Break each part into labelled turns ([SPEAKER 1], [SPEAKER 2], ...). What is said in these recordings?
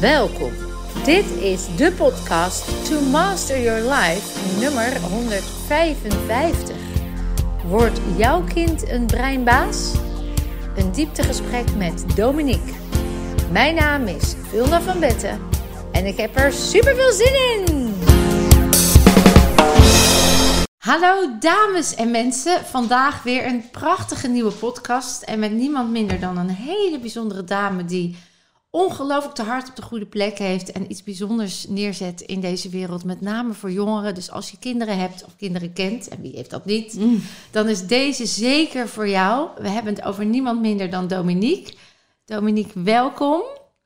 [SPEAKER 1] Welkom. Dit is de podcast To Master Your Life nummer 155. Wordt jouw kind een breinbaas? Een dieptegesprek met Dominique. Mijn naam is Vilna van Betten en ik heb er super veel zin in. Hallo dames en mensen, vandaag weer een prachtige nieuwe podcast en met niemand minder dan een hele bijzondere dame die ongelooflijk te hard op de goede plek heeft en iets bijzonders neerzet in deze wereld, met name voor jongeren. Dus als je kinderen hebt of kinderen kent, en wie heeft dat niet, dan is deze zeker voor jou. We hebben het over niemand minder dan Dominique. Dominique, welkom.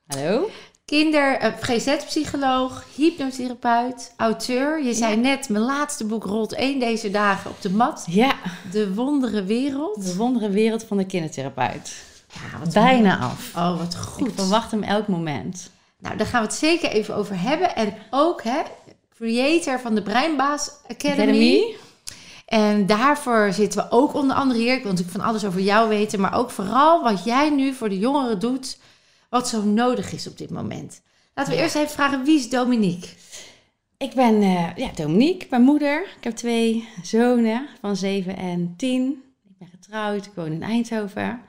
[SPEAKER 2] Hallo?
[SPEAKER 1] Kinder, eh, GZ-psycholoog, hypnotherapeut, auteur. Je zei net, mijn laatste boek rolt één deze dagen op de mat.
[SPEAKER 2] Ja,
[SPEAKER 1] De wondere wereld.
[SPEAKER 2] de wondere wereld van de kindertherapeut.
[SPEAKER 1] Ja, wat
[SPEAKER 2] Bijna af.
[SPEAKER 1] Oh, wat
[SPEAKER 2] Ik
[SPEAKER 1] goed.
[SPEAKER 2] verwacht hem elk moment.
[SPEAKER 1] Nou, daar gaan we het zeker even over hebben. En ook, hè, creator van de Breinbaas Academy. En daarvoor zitten we ook onder andere hier. Ik wil natuurlijk van alles over jou weten, maar ook vooral wat jij nu voor de jongeren doet, wat zo nodig is op dit moment. Laten we eerst even vragen, wie is Dominique?
[SPEAKER 2] Ik ben eh, ja, Dominique, mijn moeder. Ik heb twee zonen van 7 en 10. Ik ben getrouwd, ik woon in Eindhoven.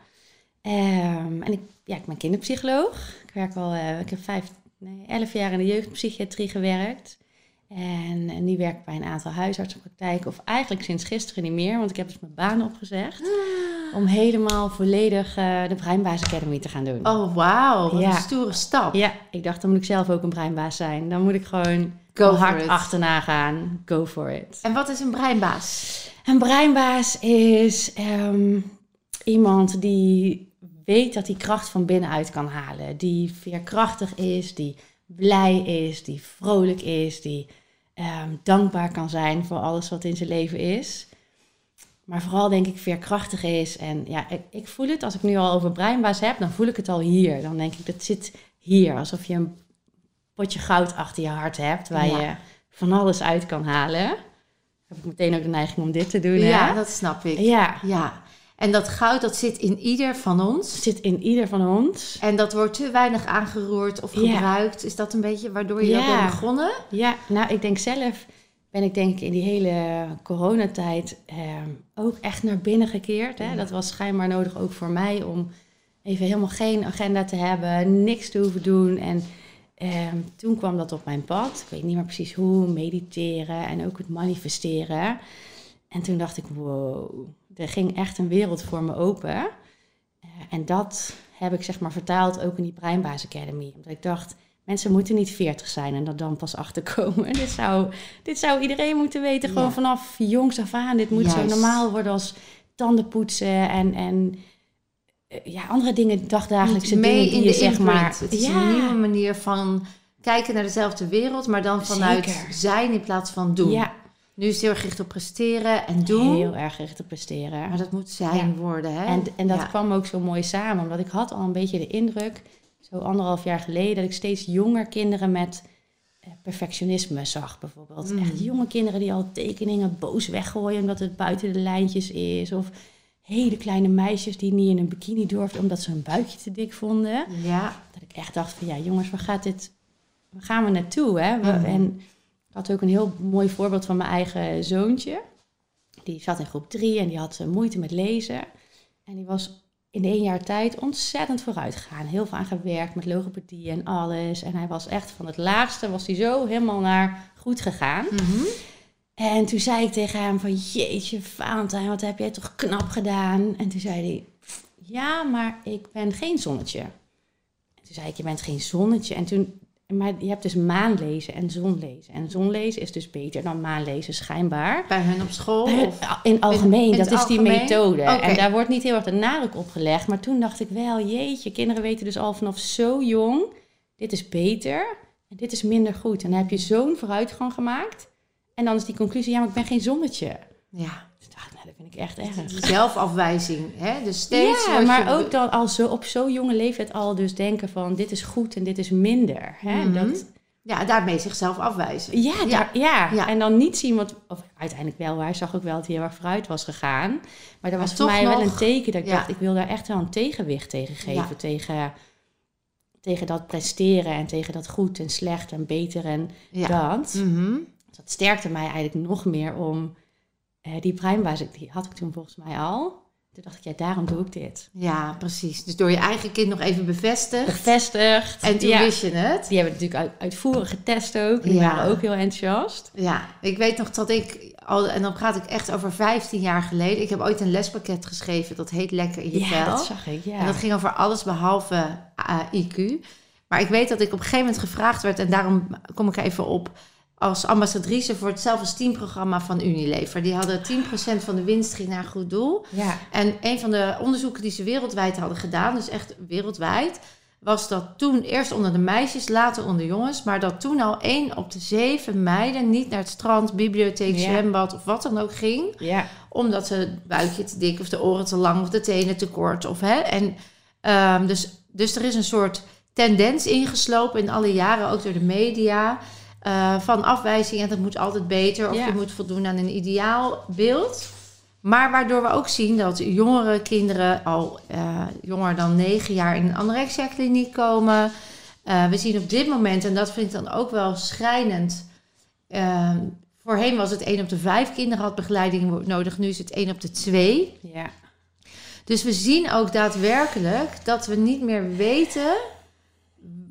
[SPEAKER 2] Ehm, en ik, ja, ik ben kinderpsycholoog. Ik, werk al, eh, ik heb vijf, nee, 11 jaar in de jeugdpsychiatrie gewerkt. En, en nu werk ik bij een aantal huisartsenpraktijken. Of eigenlijk sinds gisteren niet meer, want ik heb dus mijn baan opgezegd. Om helemaal volledig eh, de Breinbaas Academy te gaan doen.
[SPEAKER 1] Oh, wauw, wat
[SPEAKER 2] Ja.
[SPEAKER 1] een stoere stap.
[SPEAKER 2] Ja, ik dacht dan moet ik zelf ook een breinbaas zijn. Dan moet ik gewoon
[SPEAKER 1] Go for
[SPEAKER 2] hard
[SPEAKER 1] it.
[SPEAKER 2] achterna gaan. Go for it.
[SPEAKER 1] En wat is een breinbaas?
[SPEAKER 2] Een breinbaas is ehm, iemand die weet dat hij kracht van binnenuit kan halen. Die veerkrachtig is, die blij is, die vrolijk is, die ehm, dankbaar kan zijn voor alles wat in zijn leven is. Maar vooral denk ik veerkrachtig is. En ja, ik, ik voel het als ik nu al over breinbaas heb, dan voel ik het al hier. Dan denk ik, dat zit hier. Alsof je een potje goud achter je hart hebt, waar
[SPEAKER 1] Ja.
[SPEAKER 2] je van alles uit kan halen. Heb ik meteen ook de neiging om dit te doen,
[SPEAKER 1] Ja,
[SPEAKER 2] ja,
[SPEAKER 1] dat snap ik.
[SPEAKER 2] Ja,
[SPEAKER 1] Ja. En dat goud, dat zit in ieder van
[SPEAKER 2] het
[SPEAKER 1] ons.
[SPEAKER 2] zit in ieder van ons.
[SPEAKER 1] En dat wordt te weinig aangeroerd of
[SPEAKER 2] Ja.
[SPEAKER 1] gebruikt. Is dat een beetje waardoor je
[SPEAKER 2] Ja.
[SPEAKER 1] ook bent begonnen?
[SPEAKER 2] Ja, nou, ik denk zelf ben ik denk ik in die hele coronatijd ehm, ook echt naar binnen gekeerd. Hè? Dat was schijnbaar nodig ook voor mij om even helemaal geen agenda te hebben, niks te hoeven doen. En ehm, toen kwam dat op mijn pad. Ik weet niet meer precies hoe, mediteren en ook het manifesteren. En toen dacht ik, wow, er ging echt een wereld voor me open. Eh, en dat heb ik zeg maar vertaald ook in die Breinbaas Academy. Omdat ik dacht, mensen moeten niet 40 zijn en dat dan pas achterkomen. dit, zou, dit zou iedereen moeten weten, gewoon
[SPEAKER 1] Ja.
[SPEAKER 2] vanaf jongs af aan. Dit moet zo
[SPEAKER 1] Juist.
[SPEAKER 2] normaal worden als tanden poetsen en, en eh, ja, andere dingen, dagdagelijkse
[SPEAKER 1] Niet
[SPEAKER 2] dingen die je zeg
[SPEAKER 1] imprint.
[SPEAKER 2] maar...
[SPEAKER 1] Het is
[SPEAKER 2] ja,
[SPEAKER 1] een nieuwe manier van kijken naar dezelfde wereld, maar dan vanuit
[SPEAKER 2] Zeker.
[SPEAKER 1] zijn in plaats van doen.
[SPEAKER 2] Ja,
[SPEAKER 1] Nu is het heel erg gericht op presteren en doen,
[SPEAKER 2] heel erg gericht op presteren.
[SPEAKER 1] maar dat moet zijn
[SPEAKER 2] Ja.
[SPEAKER 1] worden. Hè?
[SPEAKER 2] En, en dat
[SPEAKER 1] Ja.
[SPEAKER 2] kwam ook zo mooi samen, omdat ik had al een beetje de indruk, zo anderhalf jaar geleden, dat ik steeds jonger kinderen met eh, perfectionisme zag bijvoorbeeld.
[SPEAKER 1] Mm.
[SPEAKER 2] Echt jonge kinderen die al tekeningen boos weggooien omdat het buiten de lijntjes is. Of hele kleine meisjes die niet in een bikini durfden omdat ze hun buikje te dik vonden.
[SPEAKER 1] Ja,
[SPEAKER 2] Dat ik echt dacht van ja jongens, waar gaat dit, waar gaan we naartoe hè? We-
[SPEAKER 1] Mhm.
[SPEAKER 2] En ik had ook een heel mooi voorbeeld van mijn eigen zoontje. Die zat in groep 3 en die had eh, moeite met lezen. En die was in één jaar tijd ontzettend vooruit gegaan. Heel veel aan gewerkt met logopedie en alles. En hij was echt van het laagste, was hij zo helemaal naar goed gegaan.
[SPEAKER 1] Mhm.
[SPEAKER 2] En toen zei ik tegen hem van, jeetje Valentijn, wat heb jij toch knap gedaan? En toen zei hij, ja, maar ik ben geen zonnetje. En toen zei ik, je bent geen zonnetje. En toen, maar je hebt dus maanlezen en zonlezen. En zonlezen is dus beter dan maanlezen schijnbaar. Eh,
[SPEAKER 1] bij hun op school. Of,
[SPEAKER 2] In algemeen,
[SPEAKER 1] in
[SPEAKER 2] dat
[SPEAKER 1] het
[SPEAKER 2] is die
[SPEAKER 1] algemeen?
[SPEAKER 2] methode.
[SPEAKER 1] Oké.
[SPEAKER 2] En daar wordt niet heel erg de nadruk op gelegd. Maar toen dacht ik wel, jeetje, kinderen weten dus al vanaf zo jong... dit is beter en dit is minder goed. En dan heb je zo'n vooruitgang gemaakt. En dan is die conclusie, ja, maar ik ben geen zonnetje.
[SPEAKER 1] ja,
[SPEAKER 2] Dus dacht ik, nou, dat vind ik echt erg.
[SPEAKER 1] zelfafwijzing. Hè? Dus steeds
[SPEAKER 2] Ja,
[SPEAKER 1] word je
[SPEAKER 2] maar
[SPEAKER 1] be-
[SPEAKER 2] ook dan al zo, op zo'n jonge leeftijd al dus denken van... dit is goed en dit is minder. Hè?
[SPEAKER 1] Mhm.
[SPEAKER 2] dat,
[SPEAKER 1] ja, daarmee zichzelf afwijzen.
[SPEAKER 2] Ja,
[SPEAKER 1] Ja.
[SPEAKER 2] daar- ja.
[SPEAKER 1] Ja.
[SPEAKER 2] en dan niet zien wat... Of uiteindelijk wel, hij zag ook wel dat hij heel erg vooruit was gegaan. Maar dat was voor
[SPEAKER 1] toch
[SPEAKER 2] mij wel
[SPEAKER 1] nog-
[SPEAKER 2] een teken dat ik
[SPEAKER 1] Ja.
[SPEAKER 2] dacht... ik wil daar echt wel een tegenwicht tegen geven.
[SPEAKER 1] Ja.
[SPEAKER 2] Tegen, tegen dat presteren en tegen dat goed en slecht en beter en
[SPEAKER 1] Ja.
[SPEAKER 2] dat.
[SPEAKER 1] Mhm.
[SPEAKER 2] Dus dat sterkte mij eigenlijk nog meer om eh, die breinbaas, die had ik toen volgens mij al. Toen dacht ik, ja, daarom doe ik dit.
[SPEAKER 1] ja, precies. Dus door je eigen kind nog even bevestigd.
[SPEAKER 2] Bevestigd.
[SPEAKER 1] En toen
[SPEAKER 2] ja.
[SPEAKER 1] wist je het.
[SPEAKER 2] Die hebben het natuurlijk uit- uitvoerig getest ook. Die
[SPEAKER 1] Ja.
[SPEAKER 2] waren ook heel enthousiast.
[SPEAKER 1] Ja, ik weet nog dat ik, al, en dan praat ik echt over 15 jaar geleden. Ik heb ooit een lespakket geschreven, dat heet Lekker in je
[SPEAKER 2] Ja,
[SPEAKER 1] vel.
[SPEAKER 2] dat zag ik, ja.
[SPEAKER 1] En dat ging over alles behalve eh, IQ. Maar ik weet dat ik op een gegeven moment gevraagd werd, en daarom kom ik er even op, als ambassadrice voor het zelf als teamprogramma van Unilever. Die hadden 10% van de winst ging naar een goed doel.
[SPEAKER 2] Ja,
[SPEAKER 1] En een van de onderzoeken die ze wereldwijd hadden gedaan, dus echt wereldwijd, was dat toen eerst onder de meisjes, later onder jongens, maar dat toen al één op de zeven meiden niet naar het strand, bibliotheek,
[SPEAKER 2] Ja.
[SPEAKER 1] zwembad of wat dan ook ging,
[SPEAKER 2] ja.
[SPEAKER 1] omdat ze het buikje te dik of de oren te lang of de tenen te kort. Of, hè? En, ehm, dus, dus er is een soort tendens ingeslopen in alle jaren, ook door de media, eh, van afwijzing en dat moet altijd beter of
[SPEAKER 2] Ja.
[SPEAKER 1] je moet voldoen aan een ideaalbeeld. Maar waardoor we ook zien dat jongere kinderen al eh, jonger dan negen jaar in een anorexia-kliniek komen. Eh, we zien op dit moment, en dat vind ik dan ook wel schrijnend, Ehm, voorheen was het 1 op de 5 kinderen had begeleiding nodig. Nu is het 1 op de 2.
[SPEAKER 2] ja.
[SPEAKER 1] Dus we zien ook daadwerkelijk dat we niet meer weten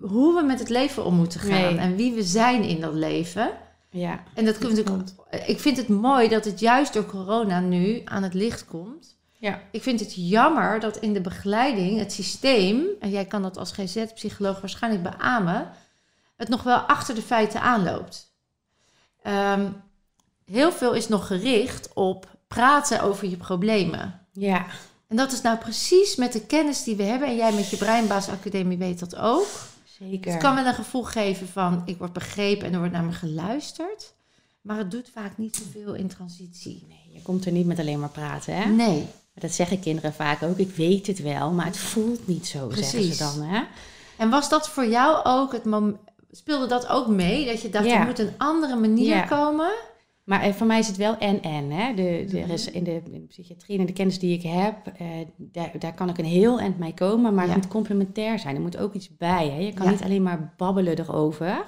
[SPEAKER 1] hoe we met het leven om moeten gaan.
[SPEAKER 2] Nee.
[SPEAKER 1] En wie we zijn in dat leven.
[SPEAKER 2] ja.
[SPEAKER 1] En dat kunnen we natuurlijk. Ik vind het mooi dat het juist door corona nu aan het licht komt.
[SPEAKER 2] Ja.
[SPEAKER 1] Ik vind het jammer dat in de begeleiding het systeem, en jij kan dat als GZ-psycholoog waarschijnlijk beamen, het nog wel achter de feiten aanloopt. Ehm, heel veel is nog gericht op praten over je problemen.
[SPEAKER 2] Ja.
[SPEAKER 1] En dat is nou precies met de kennis die we hebben, en jij met je Breinbaas Academie weet dat ook.
[SPEAKER 2] zeker.
[SPEAKER 1] Het kan wel een gevoel geven van ik word begrepen en er wordt naar me geluisterd, maar het doet vaak niet zoveel in transitie.
[SPEAKER 2] Nee, je komt er niet met alleen maar praten, hè?
[SPEAKER 1] Nee,
[SPEAKER 2] Dat zeggen kinderen vaak ook. Ik weet het wel, maar het voelt niet zo, zeggen
[SPEAKER 1] Precies.
[SPEAKER 2] ze dan, hè?
[SPEAKER 1] En was dat voor jou ook het moment? Speelde dat ook mee? Dat je dacht,
[SPEAKER 2] Ja.
[SPEAKER 1] er moet een andere manier
[SPEAKER 2] Ja.
[SPEAKER 1] komen?
[SPEAKER 2] Maar eh, voor mij is het wel en-en. Hè? De, de,
[SPEAKER 1] Mhm.
[SPEAKER 2] er is in, de, in de psychiatrie en de kennis die ik heb, eh, daar, daar kan ik een heel eind mee komen. Maar
[SPEAKER 1] Ja.
[SPEAKER 2] het moet complementair zijn. Er moet ook iets bij. Hè? Je kan
[SPEAKER 1] Ja.
[SPEAKER 2] niet alleen maar babbelen erover.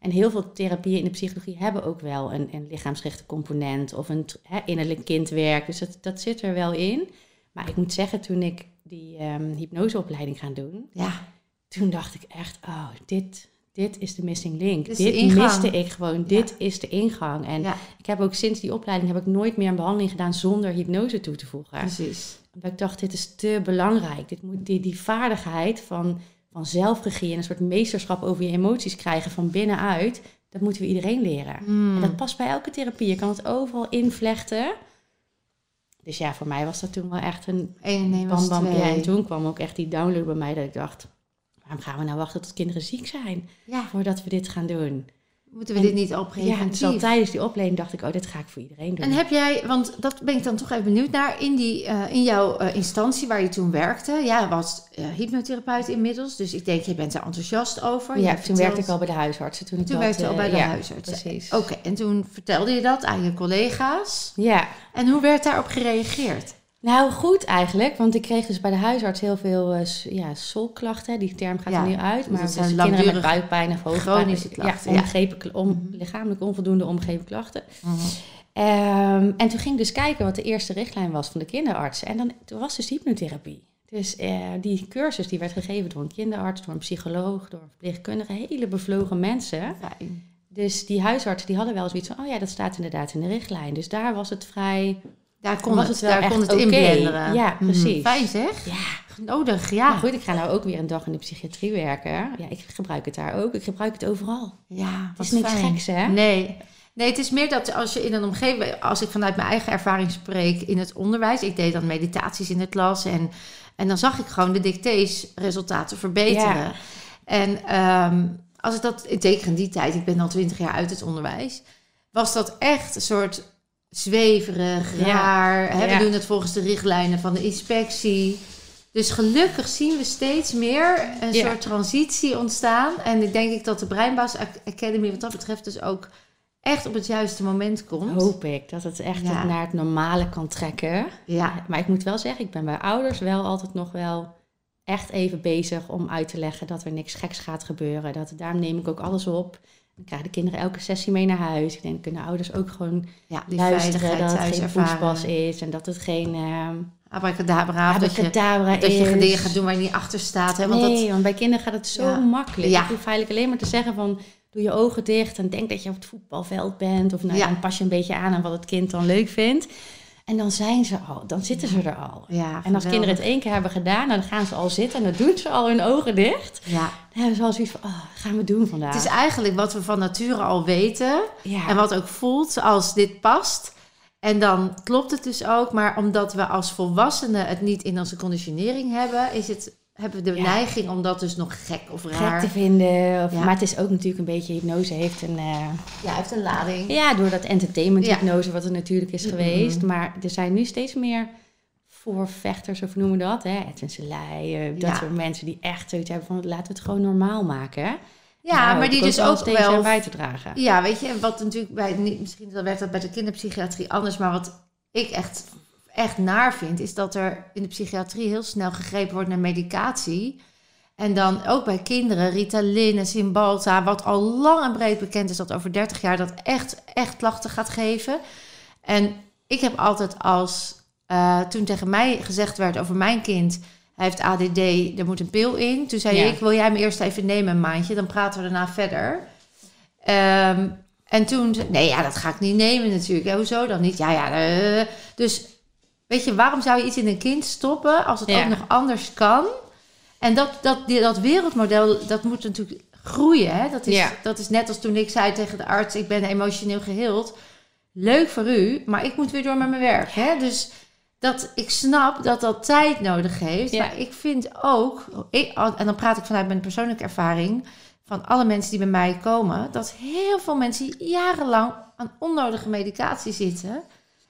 [SPEAKER 2] En heel veel therapieën in de psychologie hebben ook wel een, een lichaamsrechte component of een tr- hè, innerlijk kindwerk. Dus dat, dat zit er wel in. Maar ik moet zeggen, toen ik die ehm, hypnoseopleiding ga doen,
[SPEAKER 1] Ja,
[SPEAKER 2] toen dacht ik echt, oh, dit, dit is de missing link.
[SPEAKER 1] Dit
[SPEAKER 2] Dit,
[SPEAKER 1] is de ingang.
[SPEAKER 2] miste ik gewoon. Dit is de ingang. En
[SPEAKER 1] Ja.
[SPEAKER 2] ik heb ook sinds die opleiding heb ik nooit meer een behandeling gedaan zonder hypnose toe te voegen.
[SPEAKER 1] precies.
[SPEAKER 2] Omdat ik dacht, dit is te belangrijk. Dit moet, die, die vaardigheid van, van zelfregie en een soort meesterschap over je emoties krijgen van binnenuit, dat moeten we iedereen leren.
[SPEAKER 1] Mm.
[SPEAKER 2] En dat past bij elke therapie. Je kan het overal invlechten. Dus ja, voor mij was dat toen wel echt een,
[SPEAKER 1] Eén neem
[SPEAKER 2] Bam,
[SPEAKER 1] was
[SPEAKER 2] bam,
[SPEAKER 1] twee.
[SPEAKER 2] ja, en toen kwam ook echt die download bij mij dat ik dacht, waarom gaan we nou wachten tot kinderen ziek zijn
[SPEAKER 1] Ja,
[SPEAKER 2] voordat we dit gaan doen?
[SPEAKER 1] moeten we
[SPEAKER 2] En-
[SPEAKER 1] dit niet al
[SPEAKER 2] Ja, en
[SPEAKER 1] preventief?
[SPEAKER 2] dus al tijdens die opleiding dacht ik, oh, dit ga ik voor iedereen doen.
[SPEAKER 1] en heb jij, want dat ben ik dan toch even benieuwd naar, in, die, eh, in jouw eh, instantie waar je toen werkte, ja, was eh, hypnotherapeut inmiddels, dus ik denk, je bent daar enthousiast over.
[SPEAKER 2] ja,
[SPEAKER 1] Je
[SPEAKER 2] toen
[SPEAKER 1] vertelt-
[SPEAKER 2] werkte ik al bij de huisartsen. Toen, ik
[SPEAKER 1] Oh, Toen
[SPEAKER 2] dat,
[SPEAKER 1] werkte je al
[SPEAKER 2] eh,
[SPEAKER 1] bij de
[SPEAKER 2] ja,
[SPEAKER 1] huisarts.
[SPEAKER 2] Precies.
[SPEAKER 1] Oké, en toen vertelde je dat aan je collega's.
[SPEAKER 2] Ja,
[SPEAKER 1] En hoe werd daarop gereageerd?
[SPEAKER 2] nou goed eigenlijk, want ik kreeg dus bij de huisarts heel veel eh, s- ja, solklachten. Die term gaat
[SPEAKER 1] Ja,
[SPEAKER 2] er nu uit,
[SPEAKER 1] dus
[SPEAKER 2] maar
[SPEAKER 1] dat
[SPEAKER 2] dus
[SPEAKER 1] zijn
[SPEAKER 2] kinderen met
[SPEAKER 1] langdurige
[SPEAKER 2] buikpijn of hoofdpijn.
[SPEAKER 1] chronische klachten, ja. Mhm.
[SPEAKER 2] Ja, omgeven kl- om, lichamelijk onvoldoende omgeven klachten. Ehm, en toen ging ik dus kijken wat de eerste richtlijn was van de kinderarts. En dan, toen was dus hypnotherapie. Dus eh, die cursus die werd gegeven door een kinderarts, door een psycholoog, door een verpleegkundige. Hele bevlogen mensen.
[SPEAKER 1] Fijn.
[SPEAKER 2] Dus die huisartsen die hadden wel zoiets van, oh ja, dat staat inderdaad in de richtlijn. Dus daar was het vrij...
[SPEAKER 1] Daar kon
[SPEAKER 2] Was
[SPEAKER 1] het,
[SPEAKER 2] het wel
[SPEAKER 1] daar kon het
[SPEAKER 2] echt oké.
[SPEAKER 1] inblenderen.
[SPEAKER 2] Ja,
[SPEAKER 1] Mhm.
[SPEAKER 2] precies.
[SPEAKER 1] Fijn zeg.
[SPEAKER 2] Ja,
[SPEAKER 1] Nodig,
[SPEAKER 2] maar
[SPEAKER 1] ja.
[SPEAKER 2] goed, ik ga nou ook weer een dag in de psychiatrie werken. Ja, ik gebruik het daar ook. Ik gebruik het overal.
[SPEAKER 1] Ja,
[SPEAKER 2] Het is
[SPEAKER 1] wat
[SPEAKER 2] niks
[SPEAKER 1] fijn.
[SPEAKER 2] geks, hè?
[SPEAKER 1] Nee. Nee, het is meer dat als je in een omgeving, als ik vanuit mijn eigen ervaring spreek in het onderwijs, ik deed dan meditaties in de klas en, en dan zag ik gewoon de dictées resultaten verbeteren.
[SPEAKER 2] Ja.
[SPEAKER 1] En ehm, als ik dat, zeker in die tijd, ik ben al twintig jaar uit het onderwijs, was dat echt een soort zweverig,
[SPEAKER 2] Ja.
[SPEAKER 1] raar. Hè,
[SPEAKER 2] Ja.
[SPEAKER 1] We doen het volgens de richtlijnen van de inspectie. Dus gelukkig zien we steeds meer een
[SPEAKER 2] Ja.
[SPEAKER 1] soort transitie ontstaan. En ik denk ik dat de Breinbaas Ac- Academy wat dat betreft dus ook echt op het juiste moment komt.
[SPEAKER 2] Hoop ik dat het echt
[SPEAKER 1] Ja.
[SPEAKER 2] het naar het normale kan trekken.
[SPEAKER 1] Ja,
[SPEAKER 2] Maar ik moet wel zeggen, ik ben bij ouders wel altijd nog wel echt even bezig om uit te leggen dat er niks geks gaat gebeuren. Dat, daarom neem ik ook alles op. Dan krijgen de kinderen elke sessie mee naar huis. Ik denk, kunnen ouders ook gewoon
[SPEAKER 1] Ja, die
[SPEAKER 2] luisteren
[SPEAKER 1] veiligheid
[SPEAKER 2] dat het
[SPEAKER 1] thuis
[SPEAKER 2] geen
[SPEAKER 1] ervaren.
[SPEAKER 2] poespas is en dat het geen eh,
[SPEAKER 1] Abracadabra. of Dat je,
[SPEAKER 2] abracadabra
[SPEAKER 1] dat je
[SPEAKER 2] is.
[SPEAKER 1] dingen gaat doen waar je niet achter staat. Hè? Want
[SPEAKER 2] nee,
[SPEAKER 1] dat,
[SPEAKER 2] want bij kinderen gaat het zo
[SPEAKER 1] Ja.
[SPEAKER 2] makkelijk.
[SPEAKER 1] Ja.
[SPEAKER 2] Je hoeft eigenlijk alleen maar te zeggen van... doe je ogen dicht en denk dat je op het voetbalveld bent. Of nou,
[SPEAKER 1] Ja.
[SPEAKER 2] dan pas je een beetje aan aan wat het kind dan leuk vindt. En dan zijn ze al, dan zitten ze er al.
[SPEAKER 1] ja,
[SPEAKER 2] En als
[SPEAKER 1] geweldig.
[SPEAKER 2] kinderen het één keer hebben gedaan, dan gaan ze al zitten en dan doen ze al hun ogen dicht.
[SPEAKER 1] Ja.
[SPEAKER 2] Dan hebben ze al zoiets van, oh, gaan we doen vandaag.
[SPEAKER 1] Het is eigenlijk wat we van nature al weten.
[SPEAKER 2] ja.
[SPEAKER 1] En wat ook voelt als dit past. En dan klopt het dus ook. Maar omdat we als volwassenen het niet in onze conditionering hebben, is het, hebben we de
[SPEAKER 2] Ja.
[SPEAKER 1] neiging om dat dus nog gek of
[SPEAKER 2] gek
[SPEAKER 1] raar.
[SPEAKER 2] te vinden. Of,
[SPEAKER 1] Ja.
[SPEAKER 2] Maar het is ook natuurlijk een beetje, hypnose heeft een... eh,
[SPEAKER 1] Ja, heeft een lading.
[SPEAKER 2] ja, door dat entertainment
[SPEAKER 1] Ja.
[SPEAKER 2] hypnose wat er natuurlijk is
[SPEAKER 1] Mhm.
[SPEAKER 2] geweest. Maar er zijn nu steeds meer voorvechters, of noemen we dat. Hè? Edwin Selei, eh, dat
[SPEAKER 1] Ja.
[SPEAKER 2] soort mensen die echt zoiets hebben van laten we het gewoon normaal maken. Ja,
[SPEAKER 1] Ja,
[SPEAKER 2] Nou,
[SPEAKER 1] maar die dus
[SPEAKER 2] wel
[SPEAKER 1] ook
[SPEAKER 2] steeds aan
[SPEAKER 1] wel.
[SPEAKER 2] bij te dragen.
[SPEAKER 1] Ja, weet je, en wat natuurlijk bij, niet- misschien dat werd dat bij de kinderpsychiatrie anders, maar wat ik echt, echt naar vind, is dat er in de psychiatrie heel snel gegrepen wordt naar medicatie. En dan ook bij kinderen, Ritalin en Cymbalta, wat al lang en breed bekend is dat over 30 jaar dat echt, echt klachten gaat geven. En ik heb altijd als eh, toen tegen mij gezegd werd over mijn kind, hij heeft ADD, er moet een pil in. Toen zei
[SPEAKER 2] Ja.
[SPEAKER 1] ik, wil jij hem eerst even nemen een maandje, dan praten we daarna verder. Ehm, en toen, ze- nee ja, dat ga ik niet nemen natuurlijk. Ja, hoezo dan niet? Ja, ja, eh. dus weet je, waarom zou je iets in een kind stoppen als het
[SPEAKER 2] Ja.
[SPEAKER 1] ook nog anders kan? En dat, dat, die- dat wereldmodel, dat moet natuurlijk groeien. Hè? Dat, is,
[SPEAKER 2] Ja.
[SPEAKER 1] dat is net als toen ik zei tegen de arts, ik ben emotioneel geheeld. Leuk voor u, maar ik moet weer door met mijn werk. Hè? Dus dat, ik snap dat dat tijd nodig heeft.
[SPEAKER 2] Ja.
[SPEAKER 1] Maar ik vind ook, ik, en dan praat ik vanuit mijn persoonlijke ervaring... van alle mensen die bij mij komen... dat heel veel mensen jarenlang aan onnodige medicatie zitten...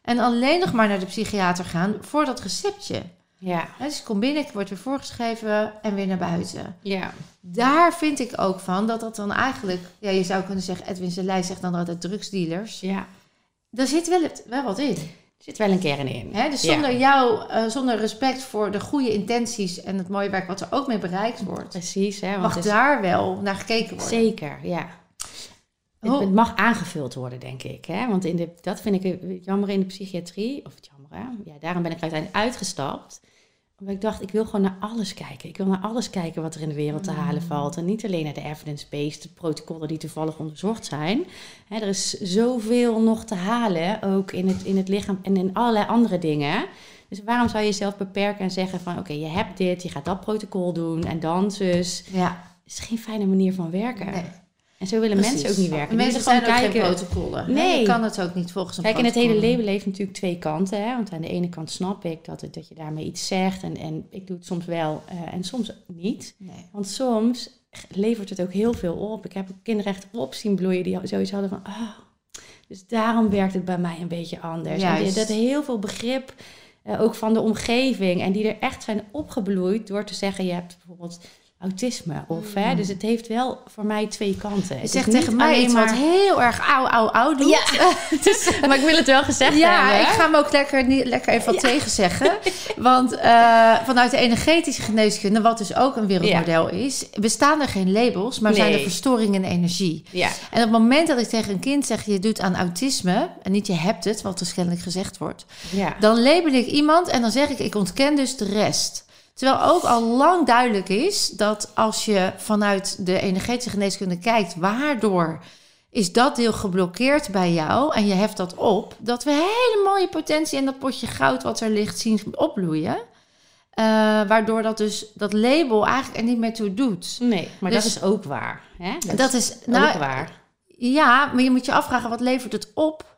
[SPEAKER 1] en alleen nog maar naar de psychiater gaan voor dat receptje.
[SPEAKER 2] Ja,
[SPEAKER 1] Hè, Dus ik kom binnen, ik word weer voorgeschreven en weer naar buiten.
[SPEAKER 2] ja.
[SPEAKER 1] Daar vind ik ook van dat dat dan eigenlijk... Ja, je zou kunnen zeggen, Edwin Selij zegt dan altijd drugsdealers.
[SPEAKER 2] ja.
[SPEAKER 1] Daar zit wel, wel wat in.
[SPEAKER 2] Er zit wel een kern in.
[SPEAKER 1] Hè, dus
[SPEAKER 2] Ja.
[SPEAKER 1] zonder jou, eh, zonder respect voor de goede intenties en het mooie werk wat er ook mee bereikt wordt,
[SPEAKER 2] Precies, hè, want
[SPEAKER 1] mag
[SPEAKER 2] het is-
[SPEAKER 1] daar wel naar gekeken worden.
[SPEAKER 2] Zeker, ja. Het,
[SPEAKER 1] Hoe-
[SPEAKER 2] het mag aangevuld worden, denk ik. Hè? Want in de, dat vind ik eh, jammer in de psychiatrie. Of het jammer, hè? Ja, daarom ben ik uiteindelijk uitgestapt. Omdat ik dacht, ik wil gewoon naar alles kijken. Ik wil naar alles kijken wat er in de wereld te halen valt. En niet alleen naar de evidence-based protocollen die toevallig onderzocht zijn. Hè, er is zoveel nog te halen, ook in het, in het lichaam en in allerlei andere dingen. Dus waarom zou je jezelf beperken en zeggen van... oké, je hebt dit, je gaat dat protocol doen en dan dus.
[SPEAKER 1] Ja,
[SPEAKER 2] is geen fijne manier van werken.
[SPEAKER 1] nee,
[SPEAKER 2] En zo willen
[SPEAKER 1] precies.
[SPEAKER 2] mensen ook niet werken. Die
[SPEAKER 1] Mensen
[SPEAKER 2] willen
[SPEAKER 1] zijn
[SPEAKER 2] gewoon
[SPEAKER 1] ook geen
[SPEAKER 2] kijken.
[SPEAKER 1] protocollen. hè.
[SPEAKER 2] Nee.
[SPEAKER 1] Je kan het ook niet volgens een
[SPEAKER 2] Kijk, en het hele
[SPEAKER 1] protocol.
[SPEAKER 2] label heeft natuurlijk twee kanten. Hè? Want aan de ene kant snap ik dat, het, dat je daarmee iets zegt. En, en ik doe het soms wel eh, en soms niet.
[SPEAKER 1] Nee.
[SPEAKER 2] Want soms levert het ook heel veel op. Ik heb ook kinderen echt op zien bloeien die zoiets hadden van... Oh, dus daarom werkt het bij mij een beetje anders. En die-
[SPEAKER 1] Juist.
[SPEAKER 2] dat heel veel begrip, eh, ook van de omgeving. En die er echt zijn opgebloeid door te zeggen... je hebt bijvoorbeeld autisme. Of, hè, dus het heeft wel voor mij twee kanten.
[SPEAKER 1] Je
[SPEAKER 2] Het
[SPEAKER 1] Mm. zegt
[SPEAKER 2] is niet
[SPEAKER 1] tegen mij
[SPEAKER 2] alleen
[SPEAKER 1] iets wat
[SPEAKER 2] maar-
[SPEAKER 1] heel erg auw, auw, auw doet.
[SPEAKER 2] Ja, dus, maar ik wil het wel gezegd
[SPEAKER 1] eh, Ja,
[SPEAKER 2] hebben.
[SPEAKER 1] ik ga hem ook lekker, niet, lekker even wat tegenzeggen. Want eh, vanuit de energetische geneeskunde, wat dus ook een wereldmodel is, bestaan er geen labels, maar zijn er
[SPEAKER 2] Nee.
[SPEAKER 1] verstoringen in energie.
[SPEAKER 2] Ja,
[SPEAKER 1] En op het moment dat ik tegen een kind zeg, je doet aan autisme, en niet je hebt het, wat waarschijnlijk gezegd wordt,
[SPEAKER 2] ja.
[SPEAKER 1] dan label ik iemand en dan zeg ik, ik ontken dus de rest. Terwijl ook al lang duidelijk is dat als je vanuit de energetische geneeskunde kijkt, waardoor is dat deel geblokkeerd bij jou en je heft dat op, dat we hele mooie potentie en dat potje goud wat er ligt zien opbloeien. Eh, waardoor dat dus dat label eigenlijk er niet meer toe doet.
[SPEAKER 2] Nee, maar
[SPEAKER 1] Dus-
[SPEAKER 2] dat is ook waar. Hè?
[SPEAKER 1] Dat, is nou,
[SPEAKER 2] ook waar.
[SPEAKER 1] ja, maar je moet je afvragen, wat levert het op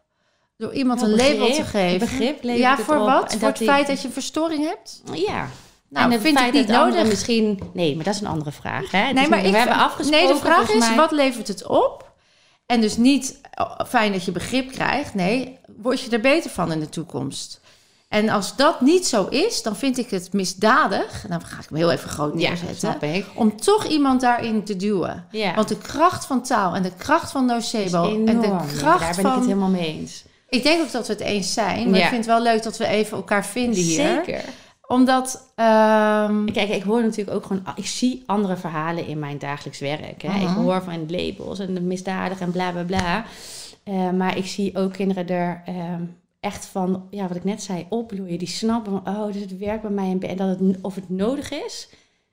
[SPEAKER 1] door iemand
[SPEAKER 2] Ja,
[SPEAKER 1] een label te
[SPEAKER 2] begrip.
[SPEAKER 1] geven?
[SPEAKER 2] Begrip levert
[SPEAKER 1] ja,
[SPEAKER 2] het
[SPEAKER 1] voor
[SPEAKER 2] op.
[SPEAKER 1] wat?
[SPEAKER 2] En
[SPEAKER 1] voor
[SPEAKER 2] dat
[SPEAKER 1] het
[SPEAKER 2] die-
[SPEAKER 1] feit dat je een verstoring hebt?
[SPEAKER 2] Ja.
[SPEAKER 1] Nou,
[SPEAKER 2] en het
[SPEAKER 1] vind
[SPEAKER 2] feit
[SPEAKER 1] ik niet
[SPEAKER 2] dat anderen
[SPEAKER 1] nodig.
[SPEAKER 2] Misschien... Nee, maar dat is een andere vraag. Hè? Het
[SPEAKER 1] Nee,
[SPEAKER 2] is
[SPEAKER 1] maar
[SPEAKER 2] niet-
[SPEAKER 1] ik
[SPEAKER 2] we hebben
[SPEAKER 1] vind-
[SPEAKER 2] afgesproken
[SPEAKER 1] Nee, de vraag
[SPEAKER 2] volgens
[SPEAKER 1] is,
[SPEAKER 2] mij-
[SPEAKER 1] wat levert het op? En dus niet oh, fijn dat je begrip krijgt. Nee, word je er beter van in de toekomst? En als dat niet zo is, dan vind ik het misdadig. nou, Dan ga ik hem heel even groot
[SPEAKER 2] Ja,
[SPEAKER 1] neerzetten.
[SPEAKER 2] snap ik.
[SPEAKER 1] om toch iemand daarin te duwen.
[SPEAKER 2] Ja.
[SPEAKER 1] Want de kracht van taal en de kracht van
[SPEAKER 2] is
[SPEAKER 1] nocebo
[SPEAKER 2] enorm.
[SPEAKER 1] en
[SPEAKER 2] Nee,
[SPEAKER 1] de kracht
[SPEAKER 2] Daar ben ik
[SPEAKER 1] van...
[SPEAKER 2] het helemaal mee eens.
[SPEAKER 1] Ik denk ook dat we het eens zijn. Maar
[SPEAKER 2] Ja.
[SPEAKER 1] ik vind het wel leuk dat we even elkaar vinden hier.
[SPEAKER 2] Zeker.
[SPEAKER 1] Omdat... ehm,
[SPEAKER 2] Kijk, ik hoor natuurlijk ook gewoon, ik zie andere verhalen in mijn dagelijks werk. Hè.
[SPEAKER 1] Mhm.
[SPEAKER 2] Ik hoor van labels en de misdadig en bla bla bla. Eh, maar ik zie ook kinderen er ehm, echt van, ja, wat ik net zei, opbloeien. Die snappen van, oh, dus het werkt bij mij en- en dat het, n- of het nodig is.